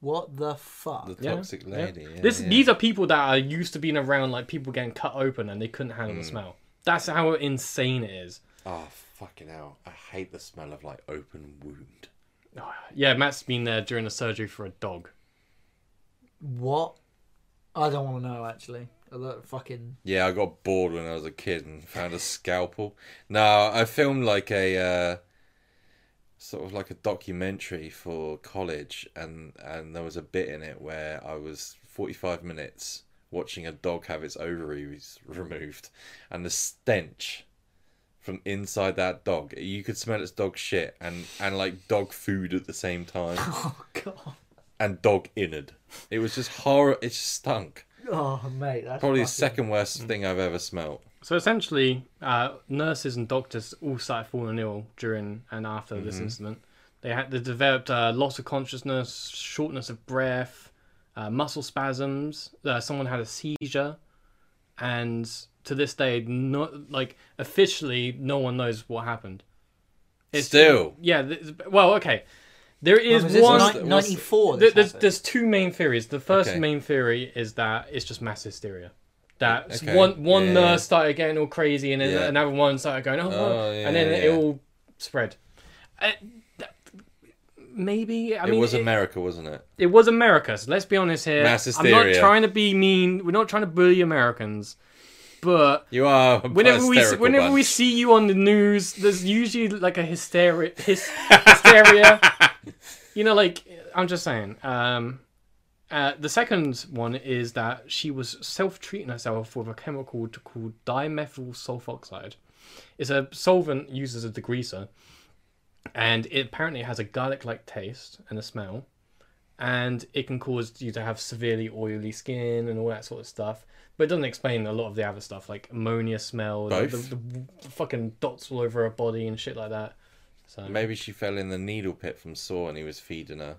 C: What the fuck?
B: The
A: Yeah,
B: toxic
A: yeah.
B: lady. yeah,
A: this
B: yeah.
A: these are people that are used to being around like people getting cut open and they couldn't handle the smell. That's how insane it is.
B: Oh fucking hell! I hate the smell of like open wound.
A: Yeah, Matt's been there during a surgery for a dog.
C: What? I don't want to know actually. I don't fucking.
B: Yeah, I got bored when I was a kid and found a scalpel. No, I filmed like a uh, sort of like a documentary for college, and and there was a bit in it where I was forty five minutes watching a dog have its ovaries removed, and the stench from inside that dog, you could smell its dog shit and and like dog food at the same time,
C: Oh god.
B: and dog innard. It was just horror. It just stunk.
C: Oh mate, that's
B: Probably the
C: fucking-
B: second worst thing I've ever smelt.
A: So essentially, uh, nurses and doctors all started falling ill during and after this incident. They had they developed uh, loss of consciousness, shortness of breath, uh, muscle spasms. Uh, someone had a seizure, and to this day, no, like officially, no one knows what happened.
B: Still.
A: yeah. Th- well, okay. There
C: Oh,
A: is
C: was this
A: one.
B: What's
C: ni-
B: the- what's the-
C: 94?
A: There-
C: This
A: there's,
C: happened?
A: there's two main theories. The first
B: Okay.
A: main theory is that it's just mass hysteria. That s-
B: Okay.
A: one one
B: Yeah, yeah.
A: nurse started getting all crazy, and then
B: Yeah.
A: another one started going, "Oh,",
B: Oh, yeah,
A: and then it
B: yeah.
A: all spread. Uh, that- maybe I
B: it
A: mean
B: was
A: it,
B: America, wasn't it?
A: it was America. So let's be honest here.
B: Mass
A: I'm not
B: hysteria.
A: trying to be mean. We're not trying to bully Americans, but
B: You are. a
A: Whenever we
B: hysterical
A: whenever we
B: bunch.
A: see you on the news, there's usually like a hysteria, hys, hysteria. you know, like I'm just saying. Um, uh, the second one is that she was self-treating herself with a chemical t- called dimethyl sulfoxide. It's a solvent used as a degreaser, and it apparently has a garlic-like taste and a smell, and it can cause you to have severely oily skin and all that sort of stuff. But it doesn't explain a lot of the other stuff, like ammonia smell, the,
B: Both.
A: the, the fucking dots all over her body and shit like that. So
B: Maybe she fell in the needle pit from Saw, and he was feeding her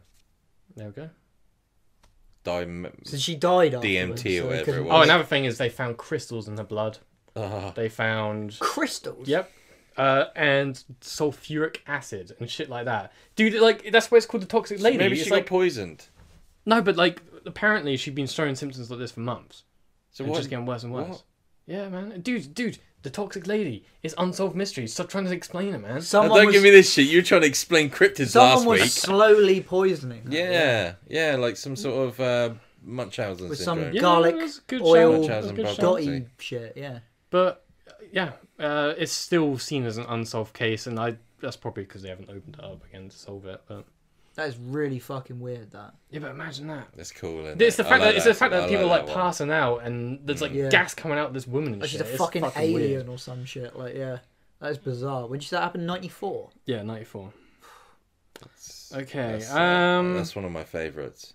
A: there we go.
B: dim.
C: So she died. afterwards,
B: DMT or
C: so they
B: whatever it
C: couldn't-
B: was.
A: Oh, another thing is they found crystals in her blood.
B: Ah,
A: They found
C: crystals.
A: Yep. Uh, and sulfuric acid and shit like that. Dude, like that's why it's called the toxic lady.
B: maybe
A: It's
B: she
A: like
B: got poisoned.
A: no, but like apparently she'd been showing symptoms like this for months.
B: So
A: and
B: what?
A: just getting worse and worse.
B: what?
A: Yeah, man. Dude, dude, the toxic lady is unsolved mystery. Stop trying to explain it, man.
B: Oh,
C: Someone
B: don't
C: was,
B: give me this shit. You're trying to explain cryptids
C: someone
B: last
C: was
B: week.
C: slowly poisoning. her
B: yeah, yeah, like some sort of uh, Munchausen
C: With some
B: syndrome.
A: yeah,
C: garlic,
A: that's a good
C: oil,
A: shout.
B: Munchausen
A: That's a good
B: by
A: shout.
B: proxy.
C: Dotty shit. Yeah.
A: But uh, yeah, uh, it's still seen as an unsolved case, and I that's probably because they haven't opened it up again to solve it. But
C: That is really fucking weird. That.
A: yeah, but imagine that.
B: That's cool. Isn't
A: It's the
B: it? I
A: fact
B: like
A: that, it's the fact
B: I
A: that people are like
B: that one.
A: passing out and there's like
C: Yeah.
A: gas coming out of this woman. And
C: Like she's
A: shit.
C: a
A: It's
C: fucking,
A: weird.
C: alien or some shit. Like yeah. That is bizarre. When did that happen? Ninety four.
A: Yeah, ninety four. Okay.
B: That's, uh,
A: um.
B: that's one of my favorites.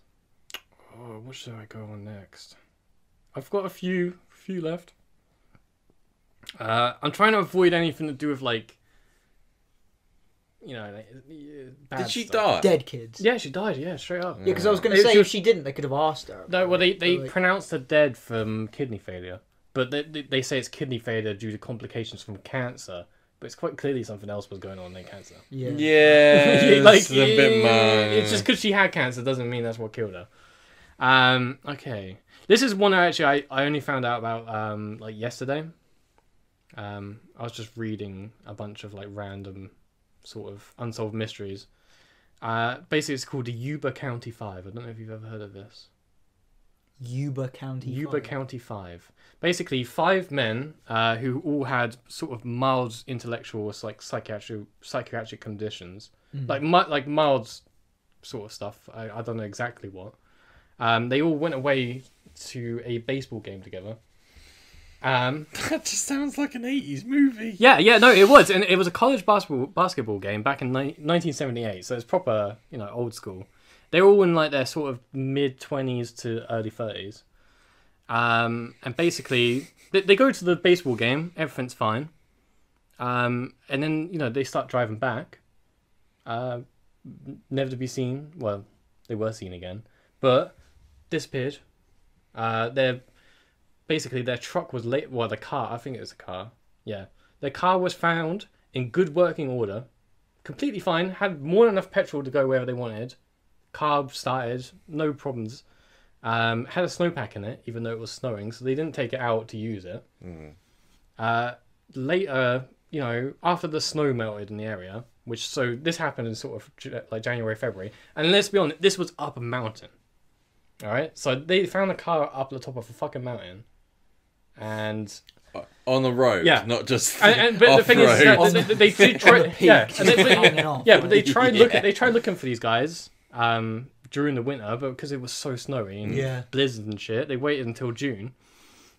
A: oh, what should I go on next? I've got a few, few left. Uh, I'm trying to avoid anything to do with like, you know, like, uh, bad
B: Did she
A: stuff.
B: die?
C: Dead kids. Yeah,
A: Yeah, she died. Yeah, straight up.
C: because I was gonna
A: If
C: say
A: she
C: if
A: was-
C: she didn't, they could have asked her.
A: No, well, they, they
C: Like-
A: pronounced her dead from kidney failure, but they, they, they say it's kidney failure due to complications from cancer. But it's quite clearly something else was going on than cancer.
C: Yeah.
B: Yeah,
A: like,
B: like, a
A: eh,
B: bit much.
A: it's just because she had cancer doesn't mean that's what killed her. Um, okay, this is one I actually I, I only found out about um like yesterday. Um, I was just reading a bunch of like random sort of unsolved mysteries. Uh, basically, it's called the Yuba County Five. I don't know if you've ever heard of this.
C: Yuba County.
A: Yuba
C: Fire.
A: County Five. Basically, five men uh, who all had sort of mild intellectual or like psychiatric psychiatric conditions, like mi- like mild sort of stuff. I, I don't know exactly what. Um, they all went away to a baseball game together. Um,
B: That just sounds like an 80s movie.
A: yeah, yeah, no, it was, and it was a college basketball basketball game back in ni- 1978. So it's proper, you know, old school. They were all in like their sort of mid 20s to early 30s, um, and basically they, they go to the baseball game. Everything's fine, um, and then you know they start driving back, uh, never to be seen. Well, they were seen again, but disappeared. Uh, their basically their truck was late. Well, the car. I think it was a car. Yeah, the car was found in good working order, completely fine. Had more than enough petrol to go wherever they wanted. Car started, no problems. Um, had a snowpack in it, even though it was snowing, so they didn't take it out to use it. Uh, later, you know, after the snow melted in the area, which so this happened in sort of J- like January, February, and let's be honest, this was up a mountain. All right, so they found the car up the top of a fucking mountain, and
B: Uh, On the road,
A: Yeah.
B: not just
A: and, and but the thing is,
B: off-road.
A: that they, they, they did try, yeah, and they, they-
C: Hanging off,
A: yeah, but they tried look,
B: Yeah.
A: they tried looking for these guys um, during the winter, but because it was so snowy and
C: Yeah.
A: blizzards and shit, they waited until June.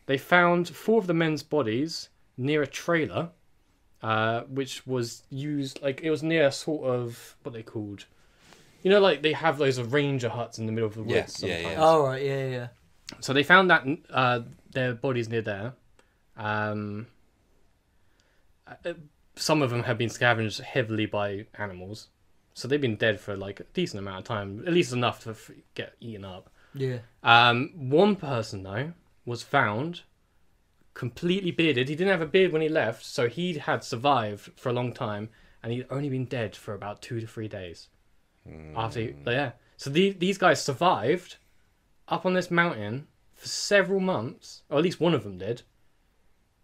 A: They found four of the men's bodies near a trailer, uh, which was used like it was near a sort of what they called, you know, like they have those ranger huts in the middle of the woods.
B: Yeah, yeah,
A: sometimes.
B: yeah.
C: Oh right, yeah, yeah.
A: So they found that uh, their bodies near there. Um, uh, some of them have been scavenged heavily by animals, so they've been dead for like a decent amount of time, at least enough to f- get eaten up.
C: Yeah.
A: Um, one person though was found completely bearded. He didn't have a beard when he left, so he had survived for a long time, and he'd only been dead for about two to three days after. He, yeah, so the, these guys survived up on this mountain for several months, or at least one of them did.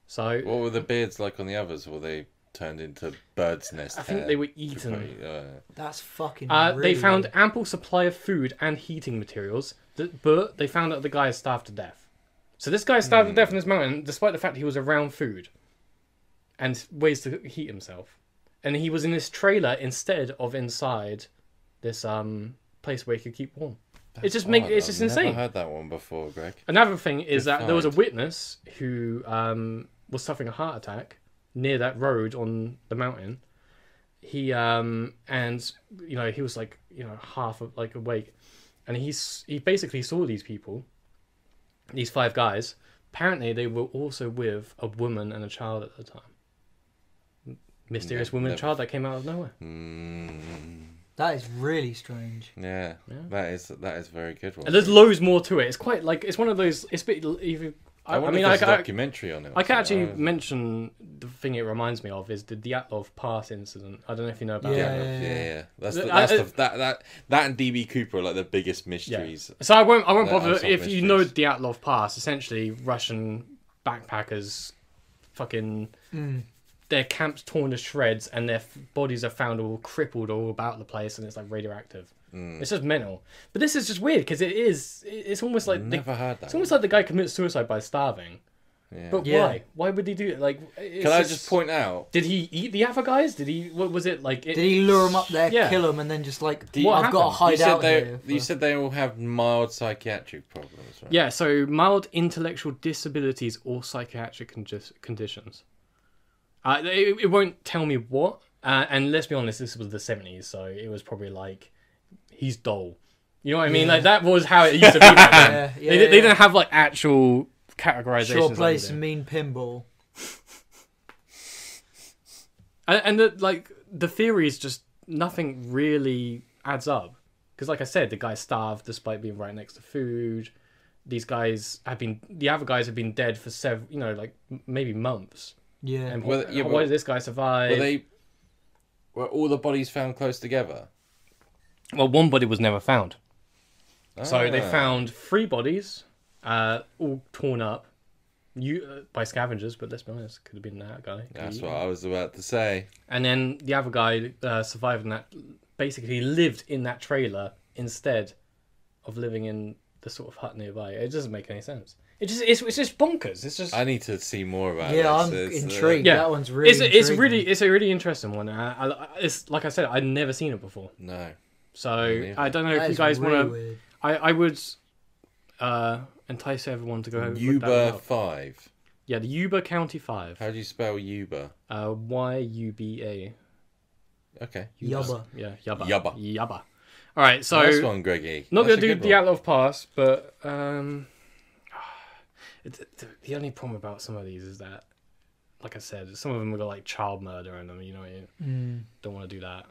A: So
B: What were the beards like on the others? Were they turned into birds' nest?
A: I think they were eaten.
C: That's fucking.
A: Uh, they
C: really-
A: found ample supply of food and heating materials, th- but they found that the guy is starved to death. So this guy is starved to death on this mountain, despite the fact he was around food and ways to heat himself. And he was in this trailer instead of inside this um place where he could keep warm. it just make it's just
B: I've
A: insane.
B: Never heard that one before, Greg.
A: Another thing is that there was a
B: Defined.
A: witness who um, was suffering a heart attack near that road on the mountain. He um, and you know he was like you know half of, like awake, and he's he basically saw these people, these five guys. Apparently, they were also with a woman and a child at the time. M- Mysterious
B: Never-
A: woman and
B: never. Hmm.
A: child that came out of nowhere.
B: Mm,
C: That is really strange.
B: yeah,
A: Yeah.
B: that is that is a very good one.
A: And there's loads more to it. It's quite like it's one of those. It's a bit. even- I, I mean, I,
B: there's a
A: I,
B: documentary on it. or
A: I can actually
B: something.
A: mention the thing it reminds me of is the Dyatlov Pass incident. I don't know if you know about that.
C: Yeah.
B: Oh, yeah, yeah, yeah. That's the,
A: Th-
B: that's
A: I- uh,
B: the, that that that and DB Cooper are like the biggest mysteries.
A: So I won't. I won't
B: Yeah,
A: bother.
B: unsolved
A: If you know
B: mysteries.
A: Dyatlov Pass, essentially Russian backpackers, fucking their camps torn to shreds and their f- bodies are found all crippled all about the place and it's like radioactive.
B: Hmm.
A: It's just mental. But this is just weird because it is. it- It's almost like the,
B: Never heard that.
A: it's almost like the guy commits suicide by starving.
B: Yeah.
A: But
C: Yeah.
A: why? Why would he do it? Like, it's
B: Can I just point out?
A: Did he eat the other guys? Did he? What was it like? It,
C: Did he lure them up there, kill
A: Yeah.
C: 'em, kill them, and then just like
A: you-
C: I've got to
A: What
B: You
C: hide
B: said
C: out
B: they
C: here?
B: you
C: for-"
B: said they all have mild psychiatric problems, right?
A: Yeah, so mild intellectual disabilities or psychiatric condi- conditions. Uh, it, it won't tell me what. Uh, and let's be honest, this was the 70s, so it was probably like, he's dull. You know what I mean? Like, that was how it used to be back then.
C: Yeah,
A: they,
C: yeah,
A: di- they
C: yeah.
A: didn't have, like, actual categorizations.
C: sure
A: like
C: play
A: we do.
C: some mean pinball.
A: and, and the, like the theories just nothing really adds up because like i said the guy starved despite being right next to food these guys have been the other guys have been dead for several you know like m- maybe months
C: Yeah.
A: and
B: Well,
A: wh-
B: yeah,
A: why
B: well-
A: did this guy survive
B: Were they were all the bodies found close together?
A: well one body was never found so they
B: Ah.
A: found three bodies uh all torn up you uh, by scavengers but let's be honest could have been that guy Could
B: That's
A: be-
B: what I was about to say.
A: And then the other guy uh, survived in that, basically lived in that trailer instead of living in the the sort of hut nearby. It doesn't make any sense. It just it's, it's just bonkers. It's just
B: I need to see more about
C: Yeah, I'm
B: this. It's, uh,
C: intrigued.
A: yeah,
C: That one's really
A: It's, it's
C: intriguing.
A: really it's a really interesting one. I, I, it's like I said, I'd never seen it before,
B: no.
A: so
B: neither.
A: I don't know
C: That
A: if you
C: is
A: guys
C: really
A: want to.
C: weird.
A: I I would uh, entice everyone to go over
B: Yuba 5.
A: Yeah, the Yuba County Five.
B: How do you spell Yuba?
A: Uh, Y U B A.
B: Okay.
C: Yubba.
A: Yeah, Yubba.
B: Yubba.
A: Yubba. All right, so
B: nice one, Greggy.
A: not
B: That's
A: gonna
B: a
A: do
B: good
A: the
B: one.
A: Outlaw Pass, but um, it- it- the only problem about some of these is that, like I said, some of them have got like child murder in them. You know, you
C: Mm.
A: don't want to do that.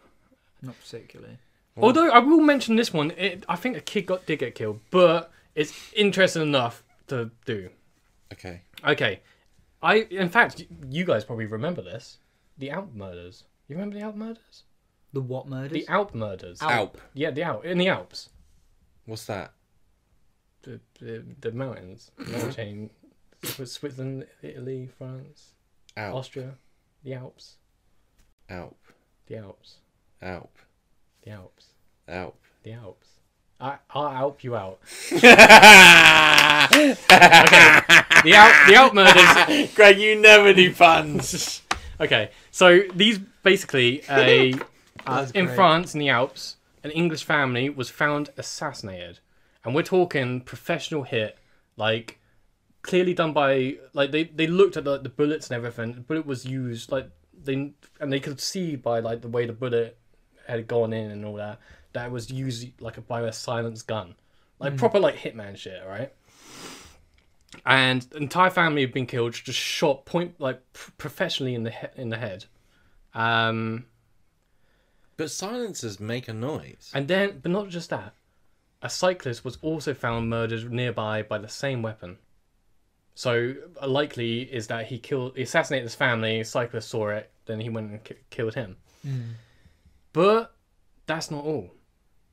C: Not particularly.
A: Although I will mention this one, it, I think a kid got did get killed, but it's interesting enough to do.
B: Okay.
A: Okay, I in fact y- you guys probably remember this, the Alp murders. You remember the Alp murders?
C: The what murders?
A: The Alp murders.
C: Alp.
B: Alp.
A: Yeah, the Alp in the Alps,
B: What's that?
A: the the, the mountains, mountain chain, Swi- Switzerland, Italy, France,
B: Alp.
A: Austria, the Alps,
B: Alp.
A: the Alps,
B: Alp.
A: the Alps,
B: Alp.
A: the Alps. I I'll Alp you out. The Alp the Alp murders.
B: Greg, you never do puns.
A: Okay, so these basically a uh,
C: That's
A: in
C: great.
A: France in the Alps, an English family was found assassinated, and we're talking professional hit, like clearly done by like they they looked at the, the bullets and everything. The bullet was used like they and they could see by like the way the bullet had gone in and all that that it was used like a, by a silenced gun, like proper like hitman shit, right? and the entire family had been killed, just shot point like pr- professionally in the he- in the head. Um,
B: but silencers make a noise.
A: and then, but not just that, a cyclist was also found murdered nearby by the same weapon. So uh, likely is that he killed, he assassinated his family. Cyclist saw it, then he went and ki- killed him. But that's not all.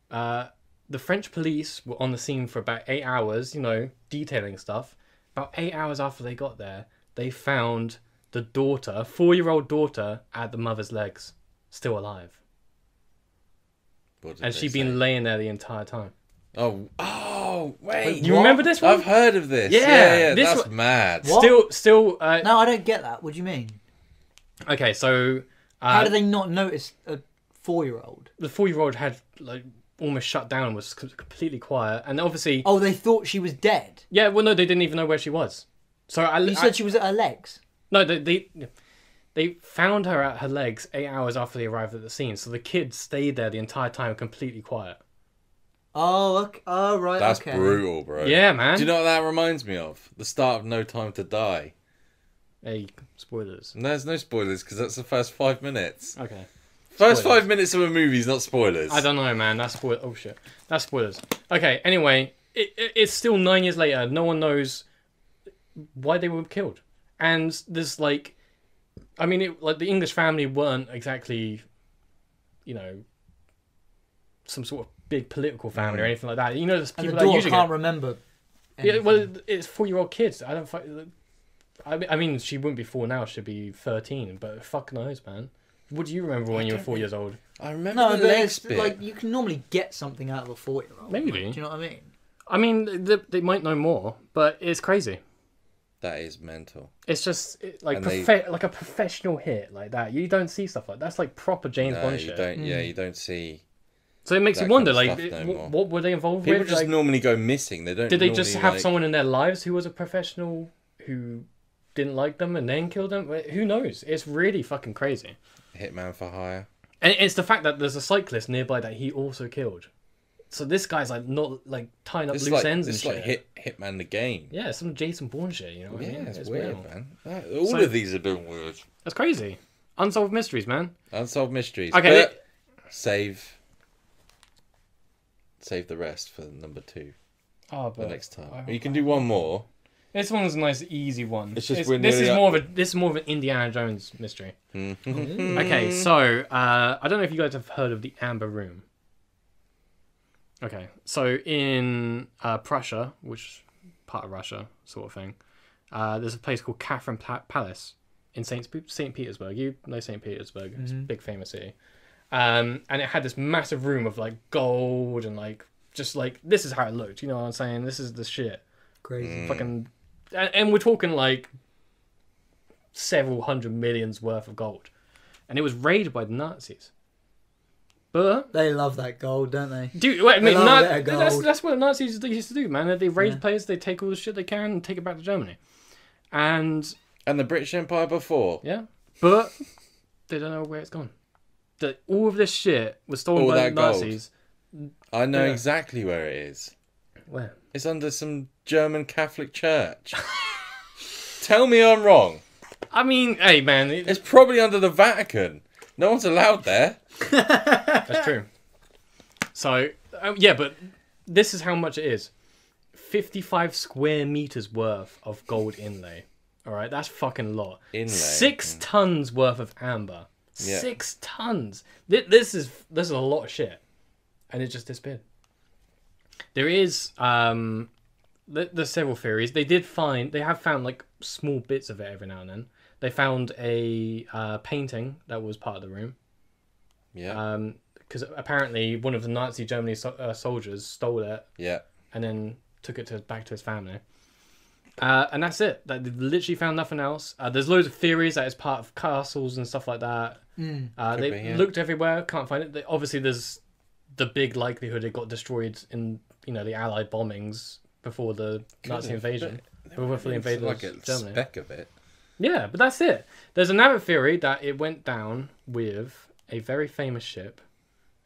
A: Uh, the French police were on the scene for about eight hours, you know, detailing stuff. About eight hours after they got there, they found the daughter, four-year-old daughter, at the mother's legs, still alive
B: What did
A: and
B: they
A: she'd
B: say?
A: been laying there the entire time.
B: Oh, oh, wait.
A: you
B: what?
A: remember this one?
B: I've heard of this.
A: Yeah,
B: Yeah, yeah,
A: this
B: that's
A: one-
B: mad.
C: What?
A: Still, still. Uh,
C: No, I don't get that. What do you mean?
A: Okay, so
C: How
A: uh,
C: do they not notice a four-year-old?
A: the four-year-old had like almost shut down and was c- completely quiet, and obviously,
C: Oh, they thought she was dead.
A: yeah. Well, no, they didn't even know where she was. So I,
C: You
A: I-
C: said she was at her legs.
A: no. They, they they found her at her legs eight hours after they arrived at the scene. So the kid stayed there the entire time, completely quiet.
C: Oh, okay. oh right.
B: That's
C: okay.
B: brutal, bro.
A: Yeah, man.
B: Do you know what that reminds me of? The start of No Time to Die.
A: Hey, spoilers.
B: And there's no spoilers because that's the first five minutes.
A: Okay.
B: First
A: Spoilers.
B: five minutes of a movie is not spoilers.
A: I don't know, man. That's spoil. Oh shit. That's spoilers. Okay. Anyway, it, it, it's still nine years later. No one knows why they were killed, and there's like, I mean, it, like the English family weren't exactly, you know, some sort of big political family or anything like that. You know, there's
C: And the
A: people that are
C: daughter
A: using
C: can't
A: it.
C: remember.
A: Yeah,
C: anything.
A: well, it's four-year-old kids. I don't. fi- I mean, I mean, she wouldn't be four now. She'd be thirteen. But fuck knows, man. What do you remember when you were four years old?
B: I remember
C: no,
B: the
C: but
B: legs
C: it's,
B: bit.
C: like you can normally get something out of a four-year-old.
A: Maybe.
C: Do
B: Mm.
C: you know what I mean?
A: I mean, they, they might know more, but it's crazy.
B: That is mental.
A: It's just it, like
B: And they-
A: profe- like a professional hit like that. You don't see stuff like that's like proper James
B: No,
A: Bond
B: Uh, you
A: shit.
B: don't. Yeah, you don't see.
A: So it makes
B: that
A: you wonder,
B: kind
A: like,
B: of stuff
A: it-
B: no
A: wh-
B: more.
A: what were they involved
B: People
A: with?
B: just
A: Like,
B: normally go missing. They don't.
A: did they just
B: normally,
A: have
B: like-
A: someone in their lives who was a professional who didn't like them and then killed them? Wh- Who knows? It's really fucking crazy.
B: hitman for hire?
A: And it's the fact that there's a cyclist nearby that he also killed. So this guy's like not like tying up
B: It's
A: loose
B: like
A: ends and
B: it's
A: shit.
B: like hit hitman the game.
A: Yeah, it's some Jason Bourne shit. You know what
B: Yeah,
A: I mean?
B: it's, weird, man. That- all
A: So-
B: of these are doing weird.
A: That's crazy. Unsolved mysteries, man.
B: Unsolved mysteries.
A: Okay,
B: but save. Save the rest for number two
A: Oh,
B: the
A: but
B: next time.
A: I-
B: you can do one more.
A: This one's a nice, easy one.
B: It's just
A: It's-
B: we're
A: this
B: nearly
A: is
B: at-
A: more of a this is more of an Indiana Jones mystery.
B: Mm-hmm.
A: okay, so uh, I don't know if you guys have heard of the Amber Room. Okay, so in uh, Prussia, which part of Russia, sort of thing, uh, there's a place called Catherine Pa- Palace in Saint Pe- Saint Petersburg. You know Saint Petersburg; it's a big famous city. Um, and it had this massive room of like gold and like just like this is how it looked. You know what I'm saying? This is the shit.
B: Mm.
C: Crazy.
A: Fucking, and, and we're talking like several hundred millions worth of gold, and it was raided by the Nazis. But
C: They love that gold, don't they?
A: Dude, wait, mate,
C: love
A: Na-
C: a bit of
A: that's,
C: gold.
A: that's what Nazis used to- used to do, man. They raid places, they take all the shit they can and take it back to Germany. And,
B: And the British Empire before.
A: yeah. But they don't know where it's gone. That all of this shit was stolen
B: All
A: by the
B: that gold.
A: Nazis.
B: I know
A: Yeah.
B: exactly where it is.
A: Where?
B: It's under some German Catholic church. Tell me I'm wrong.
A: I mean, hey, man, it-
B: It's probably under the Vatican. No one's allowed there.
A: that's true. So, um, yeah, but this is how much it is 55 square meters worth of gold inlay. All right, that's fucking lot.
B: Inlay,
A: Six tons worth of amber.
B: Yeah.
A: Six tons. Thi- This is this is a lot of shit, and it just disappeared. There is um, th- there's several theories. They did find they have found like small bits of it every now and then. They found a uh, painting that was part of the room
B: Yeah.
A: Um, because apparently one of the Nazi Germany so- uh, soldiers stole it
B: yeah.
A: and then took it to back to his family. Uh, and that's it. That they've literally found nothing else. Uh, there's loads of theories that it's part of castles and stuff like that. Uh, they
B: be, yeah.
A: looked everywhere, can't find it. They, obviously, there's the big likelihood it got destroyed in you know the Allied bombings before the Nazi
B: have,
A: invasion, before the
B: It's
A: invasion of
B: like a
A: Germany.
B: speck of it.
A: Yeah, but that's it. There's another theory that it went down with a very famous ship,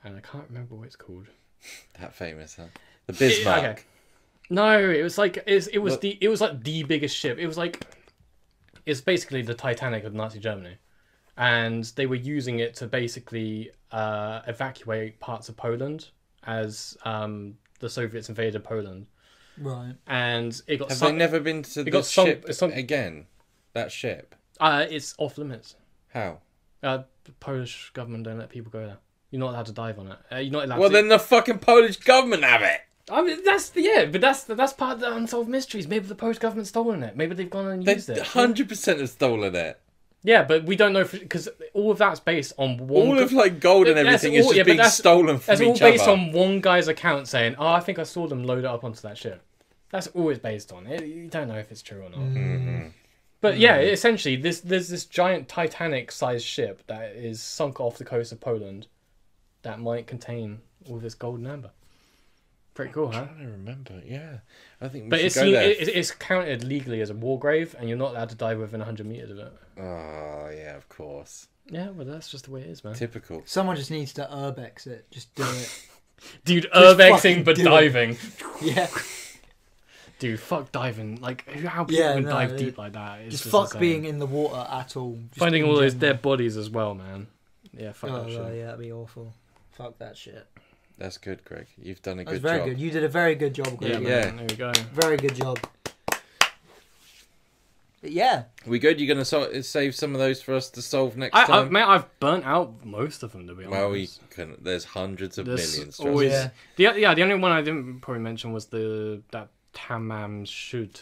A: and I can't remember what it's called.
B: That famous, huh? The
A: It-
B: Bismarck.
A: okay. No, it was like it's, it was
B: Look-
A: the it was like the biggest ship. It was like it's basically the Titanic of Nazi Germany, and they were using it to basically uh, evacuate parts of Poland as um, the Soviets invaded Poland,
C: Right.
A: and it got
B: Have
A: sunk.
B: they never been to the
A: got sunk-
B: ship
A: sunk-
B: again? That ship.
A: uh, it's off limits.
B: How?
A: Uh, the Polish government don't let people go there. You're not allowed to dive on it. Uh, you're not allowed.
B: Well,
A: to...
B: then the fucking Polish government have it.
A: I mean, that's the yeah, but that's that's part of the unsolved mysteries. Maybe the Polish government's stolen it. Maybe they've gone and
B: They
A: used it.
B: hundred percent have stolen it.
A: Yeah, but we don't know because all of that's based on one.
B: All of like gold and
A: That's
B: everything is
A: all-
B: just
A: yeah, but
B: being
A: that's-
B: stolen from
A: that's all
B: each
A: based
B: other.
A: on one guy's account saying, "Oh, I think I saw them load it up onto that ship." That's all it's based on. It, you don't know if it's true or not. But yeah,
B: Mm-hmm.
A: essentially, this there's this giant Titanic-sized ship that is sunk off the coast of Poland that might contain all this gold and amber. Pretty cool, huh?
B: I remember. Yeah, I think we
A: But
B: should
A: it's,
B: go there.
A: it, it's counted legally as a war grave, and you're not allowed to die within 100 meters of it.
B: Oh yeah, of course.
A: Yeah, well, that's just the way it is, man.
B: Typical.
C: Someone just needs to urbex it. Just do it.
A: Dude,
C: Just
A: urbexing
C: fucking
A: but
C: do it.
A: diving.
C: yeah.
A: Dude, fuck diving. Like, who- how people
C: Yeah,
A: can
C: no,
A: dive
C: it-
A: deep like that? It's
C: Just,
A: just,
C: fuck
A: insane.
C: being in the water at all. Just
A: Finding
C: in
A: all those
C: general.
A: dead bodies as well, man. Yeah, fuck
C: Oh,
A: that
C: no,
A: shit.
C: yeah, that'd be awful. Fuck that shit.
B: That's good, Greg. You've done a
C: That was
B: good
C: very
B: job.
C: good. You did a very good job, Greg.
A: Yeah,
B: Yeah.
A: man, there we go.
C: Very good job. But yeah.
B: We good? You're gonna so- save some of those for us to solve next
A: I, I,
B: time.
A: mate, I've burnt out most of them, to be honest.
B: well, we can. There's hundreds of millions.
A: There's
B: trust
A: always,
B: me.
C: Yeah.
A: The, yeah, the only one I didn't probably mention was the that Tamam Shud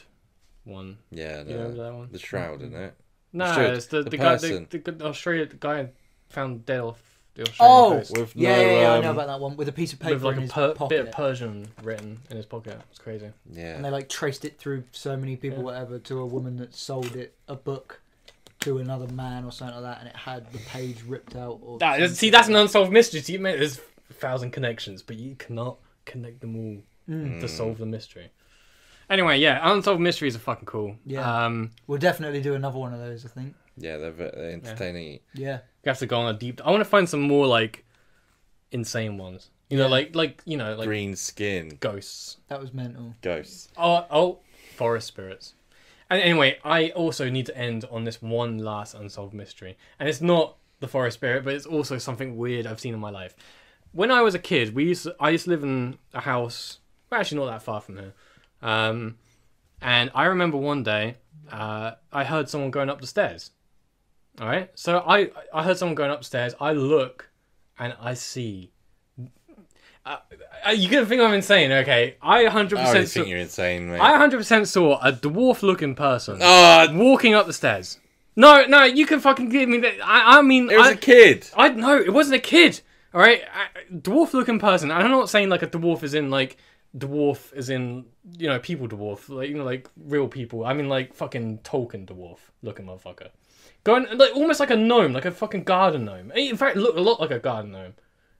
A: one.
B: Yeah,
A: You
B: no.
A: remember that one?
B: The shroud, isn't it?
A: No,
B: Should.
A: it's the,
B: The
A: the, guy,
B: person.
A: the, the, the Australian guy found dead off the Australian
C: Oh,
A: coast.
B: With
C: yeah,
B: no,
C: yeah, yeah. I know
B: um,
C: about that one with a piece of paper
A: with like
C: in
A: a
C: his
A: per-
C: pocket,
A: bit of Persian written in his pocket. It's crazy.
B: Yeah.
C: and they like traced it through so many people,
A: Yeah.
C: whatever, to a woman that sold it a book to another man or something like that, and it had the page ripped out. Or
A: That is, see, that's an unsolved mystery. See, mate, there's a thousand connections, but you cannot connect them all
B: Hmm.
A: to solve the mystery. Anyway, yeah, unsolved mysteries are fucking cool.
C: Yeah.
A: Um,
C: We'll definitely do another one of those, I think.
B: Yeah, they're, ve- they're entertaining.
C: Yeah.
A: we have to go on a deep. I want to find some more like insane ones. You know,
C: Yeah.
A: like like you know, like
B: Green skin
A: ghosts.
C: That was mental.
B: ghosts.
A: Oh, oh, forest spirits. And anyway, I also need to end on this one last unsolved mystery. And it's not the forest spirit, but it's also something weird I've seen in my life. When I was a kid, we used to, I used to live in a house, well, actually not that far from here. Um, and I remember one day, uh, I heard someone going up the stairs. All right, so I I heard someone going upstairs. I look, and I see. Uh, uh, you're gonna think I'm insane, okay? I 100
B: I already
A: percent
B: think you're insane, mate.
A: I 100% saw a dwarf looking person
B: Oh,
A: walking up the stairs. No, no, you can fucking give me that. I, I mean,
B: it was
A: I,
B: a kid.
A: I no, it wasn't a kid. All right, dwarf looking person. And I'm not saying like a dwarf is in like dwarf is in you know people dwarf like you know like real people. I mean like fucking Tolkien dwarf looking motherfucker, going like almost like a gnome, like a fucking garden gnome. He, in fact, looked a lot like a garden gnome.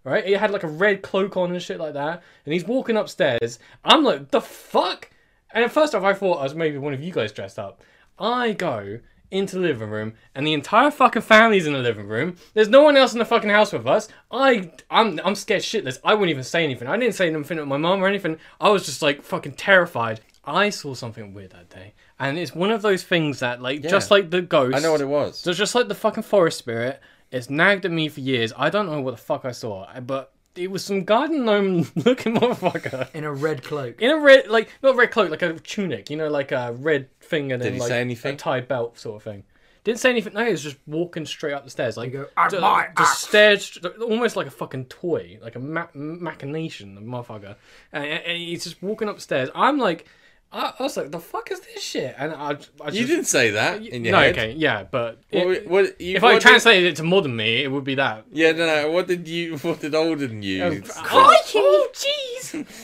A: Right, he had like a red cloak on and shit like that, and he's walking upstairs. I'm like, the fuck. And at first off, I thought I was maybe one of you guys dressed up. I go into the living room, and the entire fucking family's in the living room. There's no one else in the fucking house with us. I, I'm, I'm scared shitless. I wouldn't even say anything. I didn't say anything to my mom or anything. I was just like fucking terrified. I saw something weird that day, and it's one of those things that, like, just like the ghost.
B: I know what it was.
A: So just like the fucking forest spirit, it's nagged at me for years. I don't know what the fuck I saw, but it was some garden gnome looking motherfucker
C: in a red cloak.
A: in a red like not red cloak like a tunic you know like a red thing and then
B: he
A: like
B: say anything?
A: a tie belt sort of thing didn't say anything no he was just walking straight up the stairs like
C: You go, "I'm
A: d-
C: my
A: the
C: ass."
A: stairs st- almost like a fucking toy like a ma- machination the motherfucker and, and he's just walking upstairs I'm like I, I was like the fuck is this shit and I, I just,
B: You didn't say that in your
A: no
B: head.
A: okay yeah but
B: What,
A: it-
B: what- you-
A: if
B: what
A: I
B: did-
A: translated it to modern me it would be that
B: yeah, no, no. What did you? What did Olden
A: Oh,
B: use?
A: oh, jeez.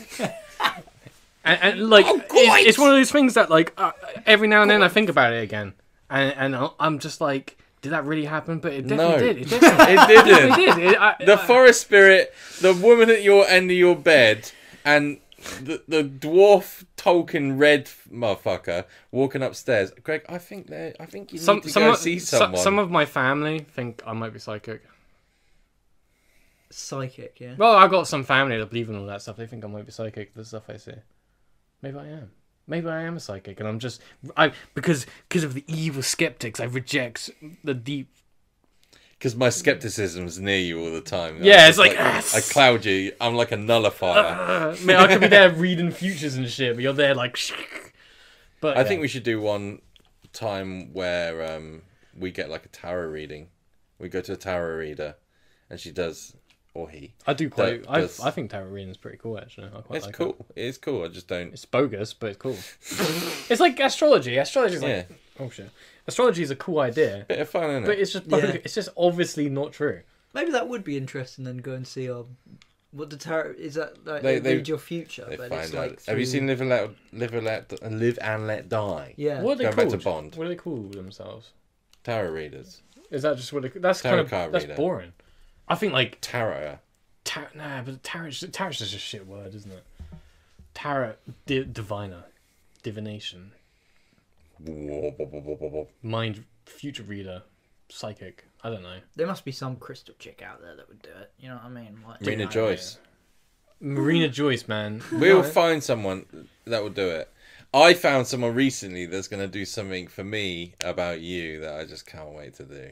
A: and, and like,
B: Oh,
A: it's, it's
B: great.
A: one of those things that like uh, every now and then I think about it again, and and I'll- I'm just like, did that really happen? But it definitely
B: No.
A: did. It definitely, it
B: it didn't.
A: did. It, I,
B: The
A: I-
B: forest spirit, the woman at your end of your bed, and the, the dwarf Tolkien red motherfucker walking upstairs. Greg, I think they. I think you
A: some
B: need to
A: some
B: go
A: of,
B: see
A: so-
B: someone.
A: some of my family think I might be psychic.
C: Psychic, yeah.
A: Well, I've got some family that believe in all that stuff. They think I might be psychic. The stuff I see. Maybe I am. Maybe I am a psychic, and I'm just I because because of the evil skeptics. I reject the deep
B: Because my skepticism's near you all the time. I'm
A: Yeah,
B: just
A: it's like,
B: I cloud you. I'm like a nullifier.
A: Man, I could be there reading futures and shit, but you're there like. But
B: I think we should do one time where um, we get like a tarot reading. We go to a tarot reader, and she does, or he.
A: I do quite.
B: That
A: I,
B: does-
A: I think tarot reading's pretty cool actually. I quite
B: It's
A: like It.
B: cool. It's cool. I just don't.
A: It's bogus, but it's cool. it's like astrology. Astrology's
B: Yeah,
A: like oh shit. Astrology is a cool idea,
B: bit of fun, isn't
A: but
B: it?
A: it's just bogus.
C: Yeah.
A: it's just obviously not true.
C: Maybe that would be interesting. Then go and see um, what the tarot is. That like,
B: They-
C: they,
B: they-
C: read your future,
B: They
C: but
B: find
C: it's like
B: out. Have you
C: through-
B: seen Live and Let Live and Let uh, Live and Let Die?
C: Yeah,
A: What are they
B: Going back to
A: called?
B: Bond.
A: What do they call themselves?
B: Tarot readers,
A: Is that just what? They, that's
B: Tarot
A: kind
B: card
A: of that's
B: reader.
A: boring. I think like
B: tarot.
A: tar- nah, but tarot tarot's just a shit word, isn't it? Tarot di- diviner, divination.
B: Whoa, whoa, whoa, whoa, whoa, whoa.
A: mind future reader psychic i don't know
C: there must be some crystal chick out there that would do it. You know what I mean? Like,
B: Rena Joyce.
A: marina
B: Hmm.
A: joyce man
B: We'll find someone that will do it. I found someone recently that's going to do something for me about you that I just can't wait to do.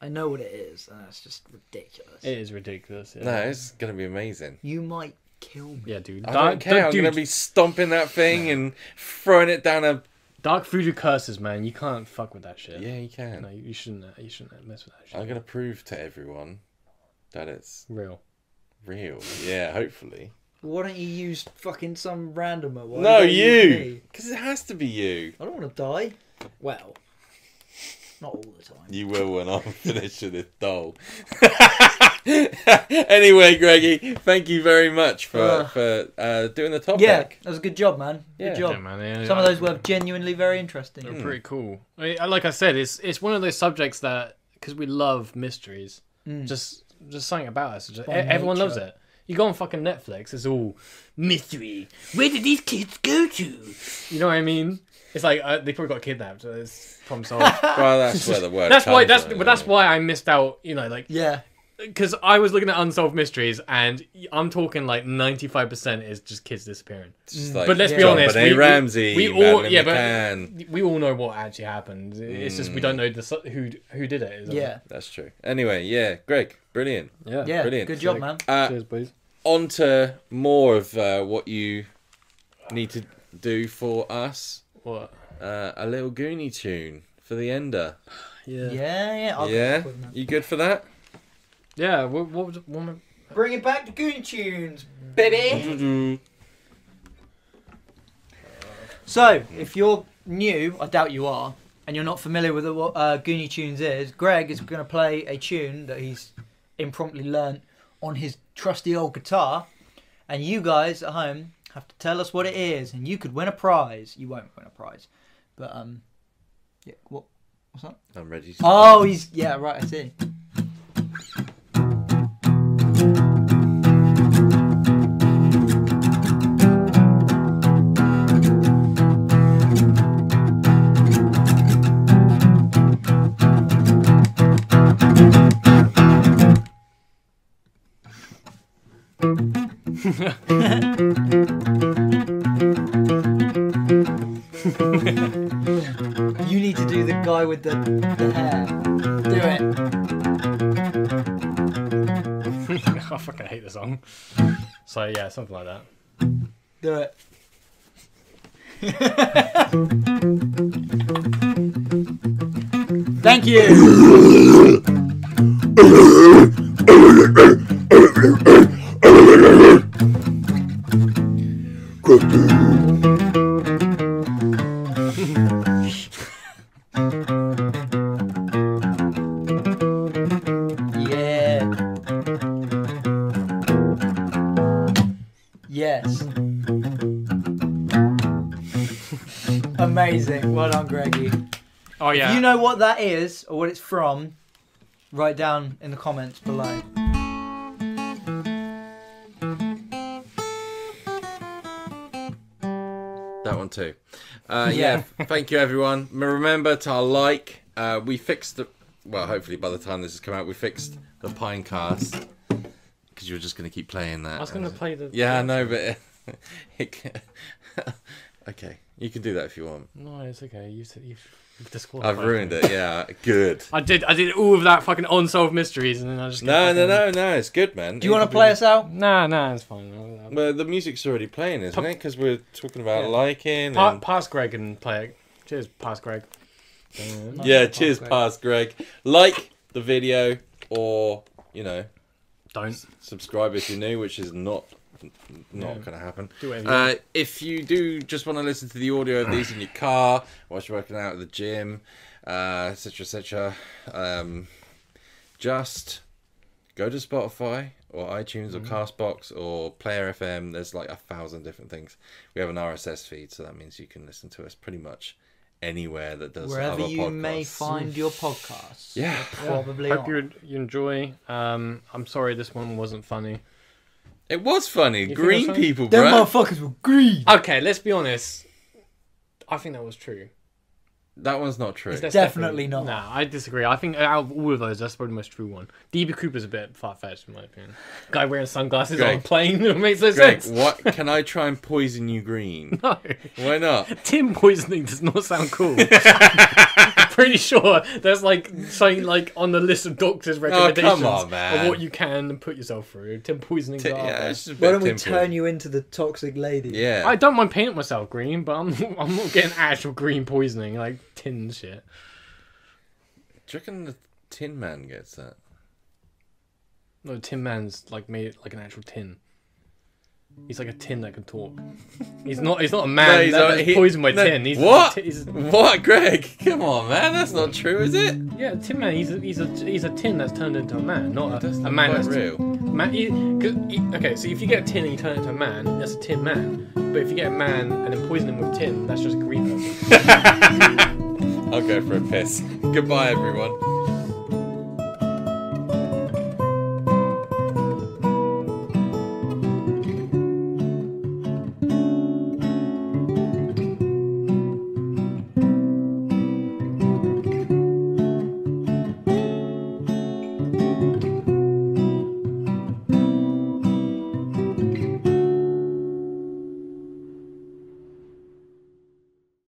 C: I know what it is, and that's just ridiculous.
A: it is ridiculous yeah,
B: No, it's going to be amazing.
C: You might kill me.
A: yeah dude
B: I
A: dark,
B: don't care. I'm
A: dude,
B: going to be stomping that thing and throwing it down a.
A: dark voodoo curses man you can't fuck with that shit
B: Yeah, you can.
A: no you you shouldn't uh, you shouldn't uh, mess with that shit
B: I'm going to prove to everyone that it's
A: real
B: real. Yeah, hopefully.
C: Why don't you use fucking some randomer? Why
B: no,
C: don't use
B: you.
C: me?
B: Because it has to be you.
C: I don't want to die. Well, not all the time.
B: You will when I'm finished with this doll. anyway, Greggy, thank you very much for
C: Uh.
B: for uh, doing the topic.
C: Yeah, that was a good job, man. Good
B: Yeah.
C: job.
A: yeah man yeah,
C: Some of
A: I-
C: those were genuinely very interesting.
A: they're pretty cool I, I- like i said it's it's one of those subjects that because we love mysteries just just something about us just, e-
C: Hmm. By
A: everyone
C: nature.
A: loves it you go on fucking netflix it's all mystery where did these kids go to you know what i mean it's like uh, they probably got kidnapped. uh, It's problem solved.
B: Well, that's where the word.
A: that's why.
B: comes
A: That's
B: from,
A: but that's
B: isn't
A: why I missed out. You know, like
C: Yeah.
A: because I was looking at unsolved mysteries, and I'm talking like 95 percent is just kids disappearing.
B: it? It's just like
A: But let's be
B: John
A: honest,
B: Benet
A: we- we-
B: Ramsey,
A: we all-
B: Madeline
A: yeah, but-
B: McCann. Mm.
A: We all know what actually happened. It's just we don't know the su- who who did it. is all.
C: Yeah.
B: That's true. Anyway, yeah, Greg, brilliant.
A: yeah,
C: Yeah.
B: Brilliant.
C: Good job, man.
B: Uh,
A: Cheers, boys.
B: on to more of uh, what you need to do for us.
A: What?
B: Uh, a little Goonie tune for the ender.
A: Yeah. Yeah.
C: Yeah, yeah. I'll
B: yeah,
C: come up with that.
B: you good for that?
A: what, what was what, am
C: Bring it back to Goon Tunes, baby. So, if you're new, I doubt you are, and you're not familiar with what uh, Goonie Tunes is, Greg is going to play a tune that he's impromptu learnt on his trusty old guitar. And you guys at home have to tell us what it is, and you could win a prize. You won't win a prize, but um, yeah. What? What's that?
B: I'm ready. To
C: Oh, he's yeah. Right, I see. You need to do the guy with the, the hair. Do it.
A: I fucking hate the song. So yeah, something like that.
C: Do it. Thank you. Yeah. Yes. Amazing. Well done, Greggy.
A: Oh yeah.
C: If you know what that is or what it's from, write down in the comments below.
B: That one too. Uh, yeah. Thank you, everyone. M- Remember to like. Uh, we fixed the. Well, hopefully by the time this has come out, we fixed the Pinecast because you were just going to keep playing that.
A: I was gonna play the.
B: Yeah, I know, but it, ca- okay, you can do that if you want.
A: No, it's okay. You said you've, you've disqualified.
B: I've ruined it. Yeah, good.
A: I did. I did all of that fucking unsolved mysteries, and then I just.
B: No, no, no, no. It's good, man.
C: Do you want to play us out?
A: Nah, nah, it's fine. I'll- I'll-
B: Well, the music's already playing, isn't it? Because we're talking about
A: Yeah.
B: liking.
A: Pa-
B: And...
A: pass Greg and play it. Cheers, pass Greg.
B: Yeah, cheers,
C: Greg.
B: past Greg. Like the video, or you know,
A: Don't
B: subscribe if you're new, which is not not
A: Yeah.
B: going to happen.
A: do whatever. You want.
B: Uh, if you do just want to listen to the audio of these in your car, whilst you're working out at the gym, uh, etc., etc., um, just go to Spotify or iTunes or
A: Mm-hmm.
B: Castbox or Player FM. There's like a thousand different things. We have an RSS feed, so that means you can listen to us pretty much anywhere that does
C: Wherever
B: other
C: you
B: podcasts.
C: may find your podcasts.
B: Yeah.
C: Probably
A: Hope
C: on.
A: you you enjoy. Um, I'm sorry this one wasn't funny.
B: It was funny.
A: think
B: Green
A: it was funny?
B: people,
C: Them
B: bro.
C: motherfuckers were green.
A: Okay, let's be honest. I think that was true.
B: that one's not true.
A: That's
C: Definitely not.
A: Nah, I disagree. I think out of all of those, that's probably the most true one. DB Cooper's a bit far fetched in my opinion. Guy wearing sunglasses on a
B: Greg.
A: plane that makes no
B: Greg,
A: sense.
B: what can I try and poison you green?
A: No.
B: Why not?
A: Tim poisoning does not sound cool. Pretty sure that's like something like on the list of doctors' recommendations
B: on,
A: of
B: man.
A: what you can and put yourself through. Tim poisoning.
B: T- yeah,
A: yeah,
B: it's just a
C: Why
B: bit
C: don't we
B: temporary.
C: turn you into the toxic lady?
B: Yeah.
A: I don't mind painting myself green, but I'm I'm not getting actual green poisoning like tin shit.
B: Do you reckon the Tin Man gets that?
A: No, Tin Man's like made it like an actual tin. He's like a tin that can talk. He's not. He's not a man.
B: he's
A: that,
B: not-
A: that's
B: he-
A: poisoned by
B: no,
A: tin. He's
B: what?
A: He's,
B: What, Greg? Come on, man. That's not true, is it?
A: yeah, Tin Man. He's a, he's a he's a tin that's turned into a man, not a,
B: That's
A: a
B: not
A: man
B: quite
A: that's
B: real.
A: Man, he, 'cause he- okay, so if you get a tin and you turn it into a man, that's a tin man. But if you get a man and then poison him with tin, that's just a green person.
B: I'll go for a piss. Goodbye, everyone.